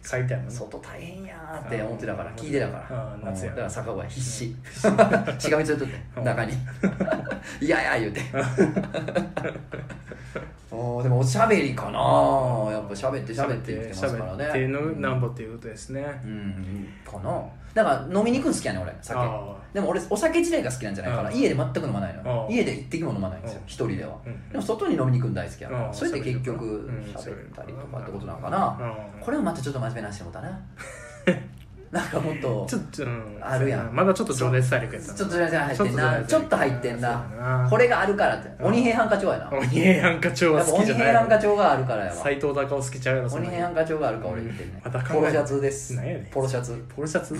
Speaker 2: 書いてあるもんな
Speaker 1: 外大変やーって思ってたから
Speaker 2: うん
Speaker 1: 聞いてたから、
Speaker 2: うん夏や
Speaker 1: だから酒場必死 (laughs) しがみついとって中に (laughs) いやいや言う
Speaker 2: (laughs)
Speaker 1: ておーでもおしゃべりかなーやっぱしゃべってしゃべって言ってますからね
Speaker 2: 喋ってのなんぼっていうことですね
Speaker 1: うんかなだから飲みに行くん好きやね俺酒
Speaker 2: あ
Speaker 1: でも俺お酒自体が好きなんじゃないから
Speaker 2: うん
Speaker 1: 家で全く飲まないの
Speaker 2: うん
Speaker 1: 家で一滴も飲まないんですよ
Speaker 2: うん
Speaker 1: 一人では
Speaker 2: うん
Speaker 1: でも外に飲みに行くん大好きやから
Speaker 2: うん
Speaker 1: それって結
Speaker 2: う
Speaker 1: 局
Speaker 2: ん
Speaker 1: 喋ったりとかってことなのかな
Speaker 2: うん
Speaker 1: これもまたちょっと真面目な話もだ
Speaker 2: (laughs)
Speaker 1: ななんかもっと
Speaker 2: ちょっと、うん
Speaker 1: あるやん
Speaker 2: そうまだちょっと情熱大陸やったな
Speaker 1: ちょっと情熱入ってんなち
Speaker 2: ち
Speaker 1: ょ
Speaker 2: ょ
Speaker 1: っ
Speaker 2: っ
Speaker 1: と
Speaker 2: と
Speaker 1: 入っ
Speaker 2: 入ってて
Speaker 1: ん
Speaker 2: ん
Speaker 1: な
Speaker 2: な
Speaker 1: これがあるからって
Speaker 2: うん
Speaker 1: 鬼平犯科帳やな
Speaker 2: 鬼平犯科帳は
Speaker 1: やっぱ
Speaker 2: 好き
Speaker 1: 鬼
Speaker 2: じゃ
Speaker 1: 平
Speaker 2: ない
Speaker 1: 犯科帳があるからやわ
Speaker 2: 斎藤隆夫好きちゃうやろそん
Speaker 1: 鬼
Speaker 2: な
Speaker 1: 平犯科帳があるから俺言ってるね
Speaker 2: また考え
Speaker 1: ポロシャツです
Speaker 2: なんやねん
Speaker 1: ポロシャツ
Speaker 2: ポロ
Speaker 1: (laughs)
Speaker 2: シャツ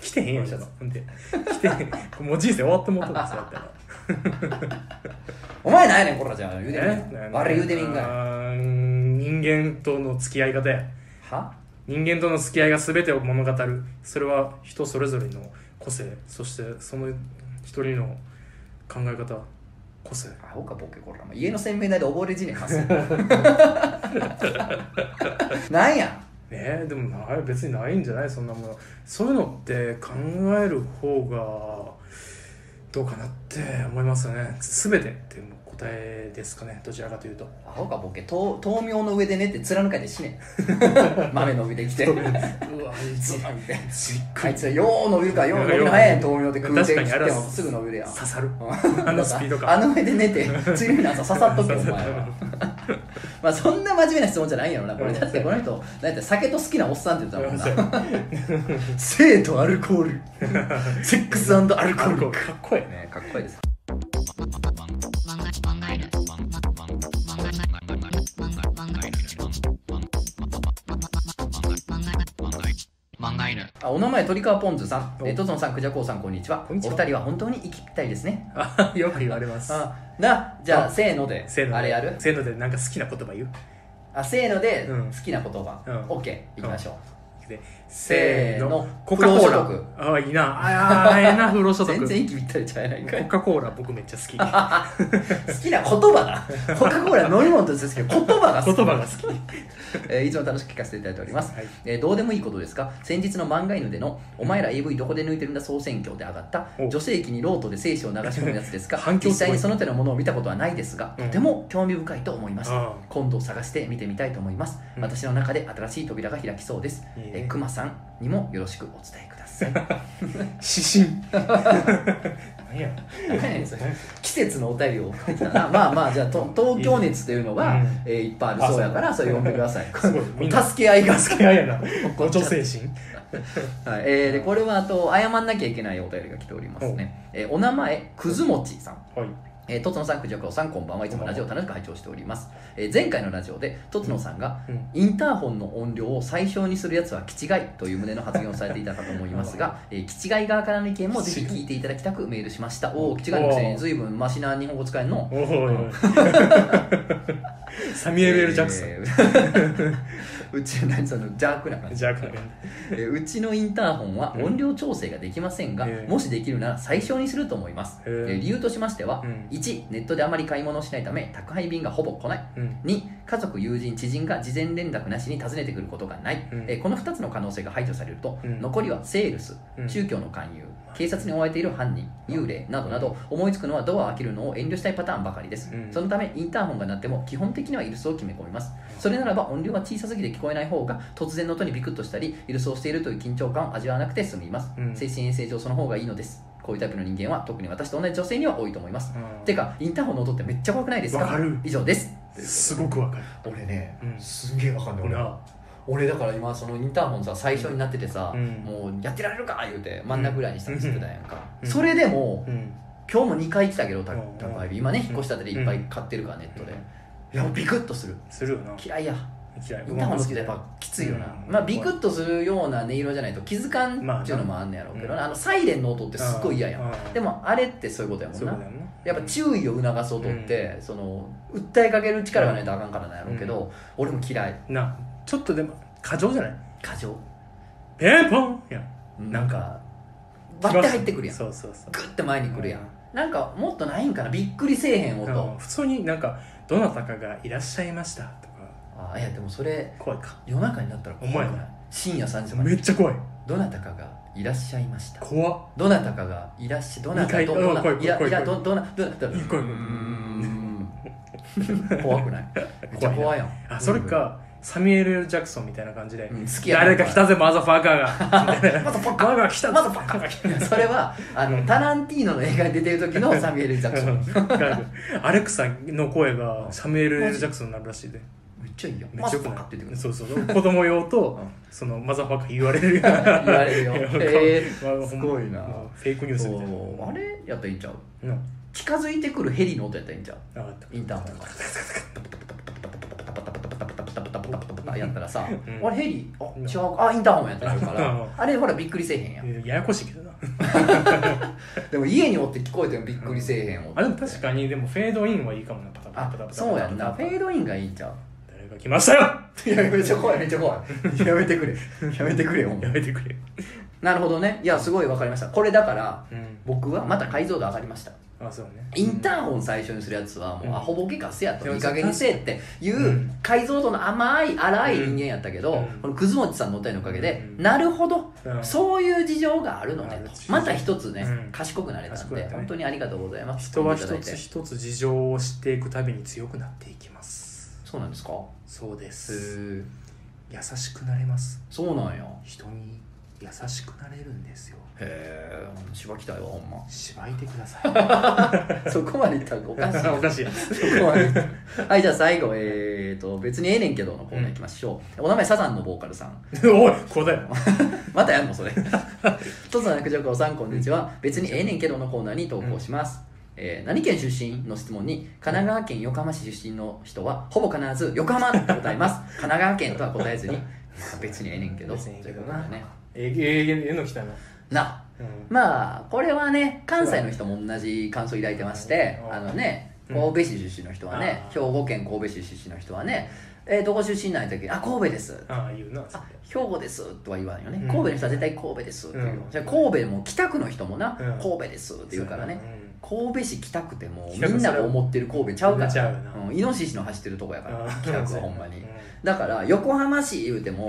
Speaker 2: 着てへんやん
Speaker 1: ポロシャツ
Speaker 2: ほんで着てへんもう人生終わってもうとるそうやっ
Speaker 1: (laughs)
Speaker 2: たら
Speaker 1: お前なんやねんコロちゃん言うてみんや
Speaker 2: ね
Speaker 1: 悪い言うてみんかい
Speaker 2: あー人間との付き合い方や
Speaker 1: は
Speaker 2: 人間との付き合いが全てを物語るそれは人それぞれの個性そしてその一人の考え方個性
Speaker 1: アホかボケこら家の洗面台で溺れ死ねます
Speaker 2: (laughs)
Speaker 1: なんや
Speaker 2: ねえでもない別にないんじゃないそんなものそういうのって考える方がどうかなって思いますよね全てっていう答えですかねどちらかというと
Speaker 1: アホかボケと豆苗の上で寝て貫かれて死
Speaker 2: (laughs)
Speaker 1: ね豆伸びてきて
Speaker 2: うわあいつ
Speaker 1: ズバンって
Speaker 2: じっく
Speaker 1: あ
Speaker 2: り
Speaker 1: いつはよう伸びるからよう伸びるの早い豆苗で食うて切
Speaker 2: 確かに
Speaker 1: っ
Speaker 2: あれ
Speaker 1: て
Speaker 2: は
Speaker 1: もすぐ伸びるやん
Speaker 2: 刺さる
Speaker 1: うん
Speaker 2: あのスピード
Speaker 1: あの
Speaker 2: 感
Speaker 1: 上で寝
Speaker 2: (laughs)
Speaker 1: て次の日の朝刺さっとけお前
Speaker 2: 刺
Speaker 1: はまあそんな真面目な質問じゃないんやろなこれだってこの人なんやったら酒と好きなおっさんって言ってたもんな性とアルコー
Speaker 2: (laughs)
Speaker 1: ルセックスアルコ
Speaker 2: かっ
Speaker 1: ール
Speaker 2: こかっこいいね
Speaker 1: ねかっこいいですあお名前鳥川ポンズさん、
Speaker 2: お
Speaker 1: えー、トツノさん、クジャコウさん、こんにちは。
Speaker 2: こんにちは
Speaker 1: お二人は本当に息ぴったりですね。
Speaker 2: あよく言われます
Speaker 1: あな、じゃあ、
Speaker 2: あ
Speaker 1: せーので、
Speaker 2: せーので
Speaker 1: あれやる
Speaker 2: せーのでなんか好きな言葉言う
Speaker 1: あせーので、
Speaker 2: うん
Speaker 1: 好きな言葉、
Speaker 2: うん
Speaker 1: オッケー、いきましょう。
Speaker 2: で
Speaker 1: せーの
Speaker 2: コカ・コー
Speaker 1: 不労所
Speaker 2: ラあいいなあーええな不労所
Speaker 1: 全
Speaker 2: 得
Speaker 1: 然息ぴったりちゃえないかい
Speaker 2: コ。カ・コーラ僕めっちゃ好き
Speaker 1: 好きな言葉
Speaker 2: (laughs)
Speaker 1: だ。コカ・コーラ飲み物としてですけど、言葉が好
Speaker 2: 言
Speaker 1: き。
Speaker 2: 葉が好き
Speaker 1: (laughs) えーいつも楽しく聞かせていただいております、
Speaker 2: はい
Speaker 1: えーどうでもいいことですが先日の漫画犬での「お前ら AV どこで抜いてるんだ総選挙」で上がった
Speaker 2: お
Speaker 1: 女性器にロートで精子を流し込むやつです
Speaker 2: (laughs)
Speaker 1: が
Speaker 2: 反響すご
Speaker 1: 実際
Speaker 2: い
Speaker 1: にその手のものを見たことはないですが、
Speaker 2: うん
Speaker 1: とても興味深いと思いました、
Speaker 2: ああ
Speaker 1: 今度探して見てみたいと思います、
Speaker 2: うん
Speaker 1: 私の中で新しい扉が開きそうです
Speaker 2: いいね
Speaker 1: えーくまさんにもよろしくお伝えください
Speaker 2: (laughs) 指
Speaker 1: (laughs)
Speaker 2: 針何や
Speaker 1: 何やねんそれ季節のお便りを送ってきたな (laughs) まあまあじゃあと東京熱というのが
Speaker 2: うん
Speaker 1: えーいっぱいあるそうやから (laughs) それ読んでください
Speaker 2: すごいみんな
Speaker 1: 助け合いが
Speaker 2: 助け合いやな
Speaker 1: ご
Speaker 2: ご
Speaker 1: 助
Speaker 2: 助
Speaker 1: 精
Speaker 2: 精神
Speaker 1: はいえーでこれはあと謝んなきゃいけないお便りが来ておりますね、えーお名前くずもちさん
Speaker 2: はい
Speaker 1: えー、とつのさん、くじゃくろさん、こんばんはいつもラジオ楽しく拝聴しております。えー前回のラジオで、とつのさんが、
Speaker 2: うん
Speaker 1: インターホンの音量を最小にするやつは、気違いという旨の発言をされていたかと思います (laughs) が、えー、気違い側からの意見もぜひ聞いていただきたくメールしました。おお、気違いのくせにずいぶんマシな日本語使えんの。
Speaker 2: おおいおい (laughs) サミュエル・エル・ジャクソン、
Speaker 1: えーうち、何その、邪悪な感
Speaker 2: (laughs)
Speaker 1: じ。
Speaker 2: ジャクソン
Speaker 1: えーうちのインターホンは音量調整ができませんが、
Speaker 2: ええ
Speaker 1: もしできるなら最小にすると思います、
Speaker 2: へ
Speaker 1: え
Speaker 2: え
Speaker 1: ー理由としましては、
Speaker 2: うん
Speaker 1: 1ネットであまり買い物をしないため宅配便がほぼ来ない
Speaker 2: うん
Speaker 1: 2家族友人知人が事前連絡なしに訪ねてくることがない、
Speaker 2: うん
Speaker 1: えーこの2つの可能性が排除されると、
Speaker 2: うん
Speaker 1: 残りはセールス、
Speaker 2: うん
Speaker 1: 宗教の勧誘警察に追われている犯人幽霊などなど思いつくのはドアを開けるのを遠慮したいパターンばかりです、
Speaker 2: うん
Speaker 1: そのためインターホンが鳴っても基本的にはイルスを決め込みますそれならば音量が小さすぎて聞こえない方が突然の音にビクッとしたりイルスをしているという緊張感を味わわなくて済みます、
Speaker 2: うん
Speaker 1: 精神衛生上その方がいいのですこういうタイプの人間は特に私と同じ女性には多いと思います、
Speaker 2: うん
Speaker 1: てかインターホンの音ってめっちゃ怖くないです
Speaker 2: わかる
Speaker 1: 以上です
Speaker 2: すごくわかる
Speaker 1: 俺ね、
Speaker 2: うん
Speaker 1: すげえわかんない
Speaker 2: 俺
Speaker 1: 俺
Speaker 2: は
Speaker 1: 俺だから今そのインターホンさ最初になっててさ、
Speaker 2: うん
Speaker 1: もうやってられるか言うて真ん中ぐらいにしたりしてたやんか、
Speaker 2: うん
Speaker 1: それでも
Speaker 2: うん
Speaker 1: 今日も2回来たけどた
Speaker 2: うん
Speaker 1: 宅配便今ね引っ越したてでいっぱい買ってるからネットで、いやビクッとする
Speaker 2: するよな
Speaker 1: 嫌いや
Speaker 2: 嫌い
Speaker 1: インターホンの好きでやっぱきついよな、
Speaker 2: うん
Speaker 1: まあビクッとするような音色じゃないと気づかん
Speaker 2: まあな
Speaker 1: っていうのもあんねやろうけどな、
Speaker 2: うん
Speaker 1: あのサイレンの音ってすっごい嫌やん、
Speaker 2: う
Speaker 1: でもあれってそういうことやもん
Speaker 2: そう
Speaker 1: な
Speaker 2: だよな
Speaker 1: やっぱ注意を促す音って、その訴えかける力がないとあかんからなんやろうけど、俺も嫌い
Speaker 2: なちょっとでも過剰じゃない
Speaker 1: 過剰
Speaker 2: ペーポンや
Speaker 1: なんか割って入ってくるやんグ
Speaker 2: そうそうそう
Speaker 1: ッて前に来るやんなんかもっとないんかなびっくりせえへん音、
Speaker 2: うん普通になんかどなたかがいらっしゃいましたとか
Speaker 1: ああいやでもそれ
Speaker 2: 怖いか
Speaker 1: 夜中になったら怖
Speaker 2: お
Speaker 1: くな
Speaker 2: 前
Speaker 1: い深夜3時ま
Speaker 2: め
Speaker 1: で
Speaker 2: っちゃ怖い
Speaker 1: どなたかがいらっしゃいました
Speaker 2: 怖っ
Speaker 1: どなたかがいらっしゃどなた
Speaker 2: 二
Speaker 1: ど
Speaker 2: 回
Speaker 1: どな
Speaker 2: うん来い来い
Speaker 1: いや
Speaker 2: 来い
Speaker 1: いや
Speaker 2: 来い
Speaker 1: どどなどなどな
Speaker 2: 来い来いう
Speaker 1: ーん怖く
Speaker 2: (laughs)
Speaker 1: ないめっちゃ怖いやん
Speaker 2: あそれかサミュエル・ジャクソンみたいな感じで
Speaker 1: うん好きやな
Speaker 2: 誰か来たぜマザファー
Speaker 1: (laughs)
Speaker 2: カーがみたいな
Speaker 1: まだポッカ
Speaker 2: マザファーカー来た
Speaker 1: まだポッカ (laughs) いやそれはあのタランティーノの映画に出てる時のサミュエル・ジャクソ
Speaker 2: (laughs)
Speaker 1: ン
Speaker 2: アレクサの声がサミュエル・ジャクソンになるらしいで
Speaker 1: めっちゃいいよ
Speaker 2: めっち
Speaker 1: まだポ
Speaker 2: ゃ
Speaker 1: ッカ
Speaker 2: 怖
Speaker 1: って言ってく
Speaker 2: い
Speaker 1: る
Speaker 2: そうそう子供用と
Speaker 1: うん
Speaker 2: そのマザファーカー言われるような
Speaker 1: 言われるよへえ
Speaker 2: まあ
Speaker 1: すごいな
Speaker 2: もうフェイクニュースみたいな
Speaker 1: そうあれやったらいいんちゃう
Speaker 2: な
Speaker 1: 近づいてくるヘリの音やったらいいんちゃう
Speaker 2: あわかった
Speaker 1: インターホンがやったらさ、
Speaker 2: うん
Speaker 1: あれヘリあ違うあインターホンやったらあるからあれほらびっくりせえへんやん
Speaker 2: えーややこしいけどな
Speaker 1: でも家におって聞こえてもびっくりせえへん音って
Speaker 2: あでも確かにでもフェードインはいいかもなパタパタパタパ
Speaker 1: あ
Speaker 2: タ
Speaker 1: そうやんなフェードインがいいんちゃう
Speaker 2: 誰が来ましたよ
Speaker 1: いやめっちゃ怖いめっちゃ怖いやめてくれやめてくれよほんま
Speaker 2: やめてくれ
Speaker 1: なるほどねいやすごいわかりましたこれだから
Speaker 2: うん
Speaker 1: 僕はまた解像度上がりました
Speaker 2: あそうね
Speaker 1: インターホン最初にするやつはもうアホボケかせやと
Speaker 2: うん
Speaker 1: いい加減にせえっていううん解像度の甘い荒い人間やったけど、
Speaker 2: うん
Speaker 1: このくずもちさんのお便りのおかげで、
Speaker 2: うん
Speaker 1: なるほど、
Speaker 2: うん
Speaker 1: そういう事情があるのね
Speaker 2: なる
Speaker 1: と
Speaker 2: ほど
Speaker 1: また一つね、
Speaker 2: うん
Speaker 1: 賢くなれたん
Speaker 2: 賢く
Speaker 1: で
Speaker 2: なったね
Speaker 1: 本当にありがとうございます
Speaker 2: 人は一
Speaker 1: 作っていた
Speaker 2: つ
Speaker 1: だいて
Speaker 2: 一つ事情を知っていくたびに強くなっていきます
Speaker 1: そうなんですかへ
Speaker 2: そうです
Speaker 1: え
Speaker 2: 優しくなれます
Speaker 1: そうなんや
Speaker 2: 人に優しくなれるんですよ
Speaker 1: へえ芝来たいわほんま
Speaker 2: 芝居てくださ
Speaker 1: (laughs) そこまでいったらおかしい (laughs)
Speaker 2: いおかしいや
Speaker 1: はいじゃあ最後えー、と別にええねんけどのコーナーいきましょう、お名前サザンのボーカルさん
Speaker 2: おいこうだよ (laughs)
Speaker 1: (laughs) またやんのそれとつのくじょくおさんこんにちは別にええねんけどのコーナーに投稿します、えー何県出身の質問に神奈川県横浜市出身の人はほぼ必ず横浜って答えます神奈川県とは答えずに別にええねんけど
Speaker 2: 別にええけどな
Speaker 1: ということでね
Speaker 2: ええええの来たな
Speaker 1: な
Speaker 2: うん
Speaker 1: まあこれはね関西の人も同じ感想を抱いてまして
Speaker 2: うん
Speaker 1: あのね
Speaker 2: うん
Speaker 1: 神戸市出身の人はね
Speaker 2: あー
Speaker 1: 兵庫県神戸市出身の人はね「えーどこ出身なんやったっけあ神戸です」
Speaker 2: ああ言うなそ
Speaker 1: あ兵庫ですとは言わないよね、
Speaker 2: うん
Speaker 1: 神戸の人は絶対神戸ですっていう、
Speaker 2: うん
Speaker 1: じゃあ神戸も北区の人もな、
Speaker 2: うん
Speaker 1: 神戸ですって言うからね、
Speaker 2: ん
Speaker 1: 神戸市北区ってもう
Speaker 2: 北区
Speaker 1: みんなが思ってる神戸ちゃうから
Speaker 2: ちゃうよな
Speaker 1: うんイノシシの走ってるとこやから
Speaker 2: あ
Speaker 1: 北区はほんまに
Speaker 2: うん
Speaker 1: だから横浜市言うて
Speaker 2: う
Speaker 1: も、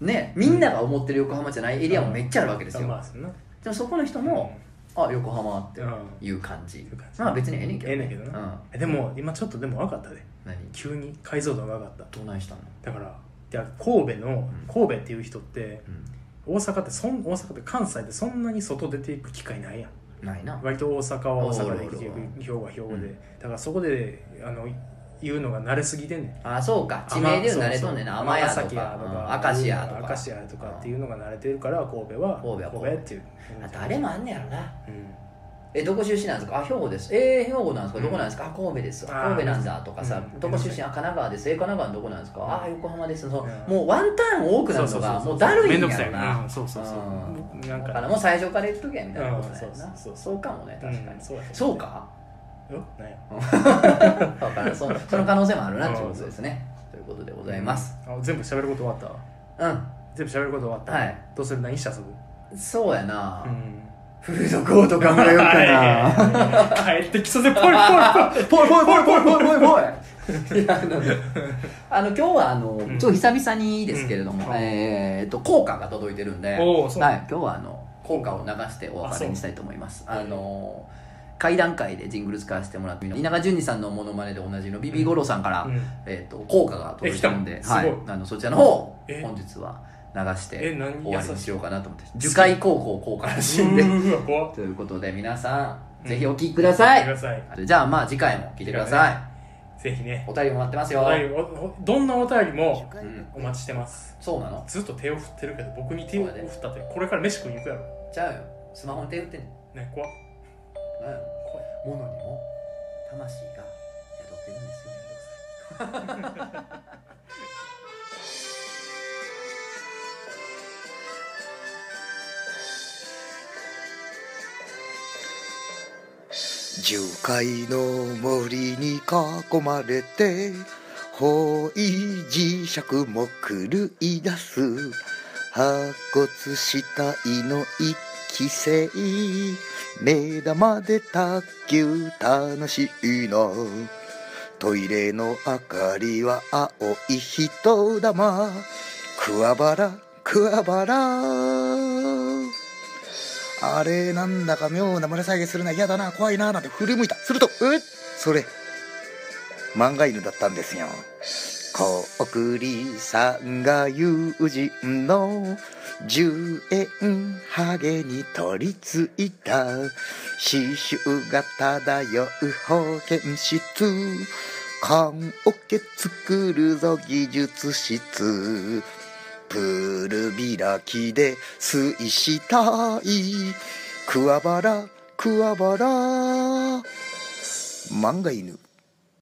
Speaker 2: ん
Speaker 1: ねみんなが思ってる横浜じゃないエリアもめっちゃあるわけですよ、
Speaker 2: まあそんな
Speaker 1: でもそこの人も、あ横浜っていう感じ、
Speaker 2: いう感じ
Speaker 1: まあ別にええねんけど、
Speaker 2: ええねんけど
Speaker 1: う
Speaker 2: なんえでも今ちょっとでも分かったで
Speaker 1: 何
Speaker 2: 急に解像度が上がった
Speaker 1: どないしたの、
Speaker 2: だからいや神戸の
Speaker 1: うん
Speaker 2: 神戸っていう人って
Speaker 1: うん、
Speaker 2: 大阪ってそん大阪って関西でそんなに外出ていく機会ないやん
Speaker 1: ないな
Speaker 2: 割と大阪は大阪で生きてい
Speaker 1: おうおうお
Speaker 2: く兵庫は兵庫で、
Speaker 1: うん
Speaker 2: だからそこであの言うのが慣れすぎてんねん
Speaker 1: あそうか地名で言う慣れとんねんな天谷と
Speaker 2: 崎
Speaker 1: か
Speaker 2: やと
Speaker 1: うん
Speaker 2: か
Speaker 1: 明石家と
Speaker 2: 明
Speaker 1: か
Speaker 2: 石家とかっていうのが慣れてるから神戸は
Speaker 1: 神戸は神戸
Speaker 2: っていう
Speaker 1: あ誰もあんねやろな
Speaker 2: うん
Speaker 1: えどこ出身なんですかあ兵庫ですえー、兵庫なんですかどこなんですか、あ神戸です
Speaker 2: あー
Speaker 1: 神戸なんだとかさ、
Speaker 2: うん
Speaker 1: どこ出身あ神奈川ですえ神奈川のどこなんですか、ああ横浜ですその、
Speaker 2: うん
Speaker 1: もうワンターン多くなるのがもうだるい
Speaker 2: めん
Speaker 1: ん
Speaker 2: ど
Speaker 1: や
Speaker 2: くさい
Speaker 1: ろ
Speaker 2: よ
Speaker 1: な、
Speaker 2: なうんそうそうそう
Speaker 1: うん
Speaker 2: 僕なん
Speaker 1: だから
Speaker 2: か
Speaker 1: もう最初から言っとけやみたいなことだよ
Speaker 2: うんそう
Speaker 1: な
Speaker 2: そうそう
Speaker 1: そうかもね確かに、
Speaker 2: うんそうだと
Speaker 1: そ
Speaker 2: 思う
Speaker 1: うか
Speaker 2: うんなんや
Speaker 1: (laughs) だからそその可能性もあるなっていうことですねということでございます
Speaker 2: あ全部喋ること終わったわ
Speaker 1: うん
Speaker 2: 全部喋ること終わった
Speaker 1: はい
Speaker 2: どうする何して遊ぶ
Speaker 1: そうやな、
Speaker 2: うん
Speaker 1: フードコート頑張れよっか
Speaker 2: はい帰ってきそうでぽいぽいぽ
Speaker 1: (laughs)
Speaker 2: い
Speaker 1: なぽいぽいぽいぽいぽいぽいぽいいやあのあの今日はあの、
Speaker 2: ん
Speaker 1: ちょっと久々にですけれども、
Speaker 2: うん
Speaker 1: えーっと効果が届いてるんで、
Speaker 2: おーそう
Speaker 1: はい、今日はあの効果を流してお別れにしたいと思いますあ
Speaker 2: そう
Speaker 1: の階段階でジングル使わせてもらって稲川淳二さんのモノマネでおなじみのビビゴロさんから、
Speaker 2: うん
Speaker 1: えー、と効果が届いてるんで
Speaker 2: え、来た
Speaker 1: は
Speaker 2: すごい
Speaker 1: い、あのそちらの方を
Speaker 2: え
Speaker 1: 本日は流して
Speaker 2: え何
Speaker 1: 終わりにしようかなと思って樹海高校効果らしいんで
Speaker 2: うわ怖っ
Speaker 1: ということで皆さ
Speaker 2: うんん
Speaker 1: ぜひお聴きください、
Speaker 2: 見てください
Speaker 1: じゃあまあ次回も聞いてください、
Speaker 2: ぜひね
Speaker 1: お便りも待ってますよ、
Speaker 2: お便りおおどんなお便りも
Speaker 1: うん、
Speaker 2: お待ちしてます
Speaker 1: そうなの
Speaker 2: ずっと手を振ってるけど僕に手を振ったってこれから飯食いに行くやろ
Speaker 1: ちゃうよスマホに手打ってんの
Speaker 2: ね怖っ
Speaker 1: なんやろ
Speaker 2: 怖い
Speaker 1: 物にも魂が宿ってるんですよ
Speaker 4: 樹海の森に囲まれて方位磁石も狂い出す白骨死体の一期生目玉で卓球楽しいなトイレの明かりは青い人玉くわばらくわばらあれなんだか妙な胸騒ぎするな嫌だな怖いななんて振り向いたすると「えそれ漫画犬だったんですよコウクリさんが友人の10円ハゲに取り付いた刺繍が漂う保健室缶オケ作るぞ技術室プール開きで水死体くわばらくわばら漫画犬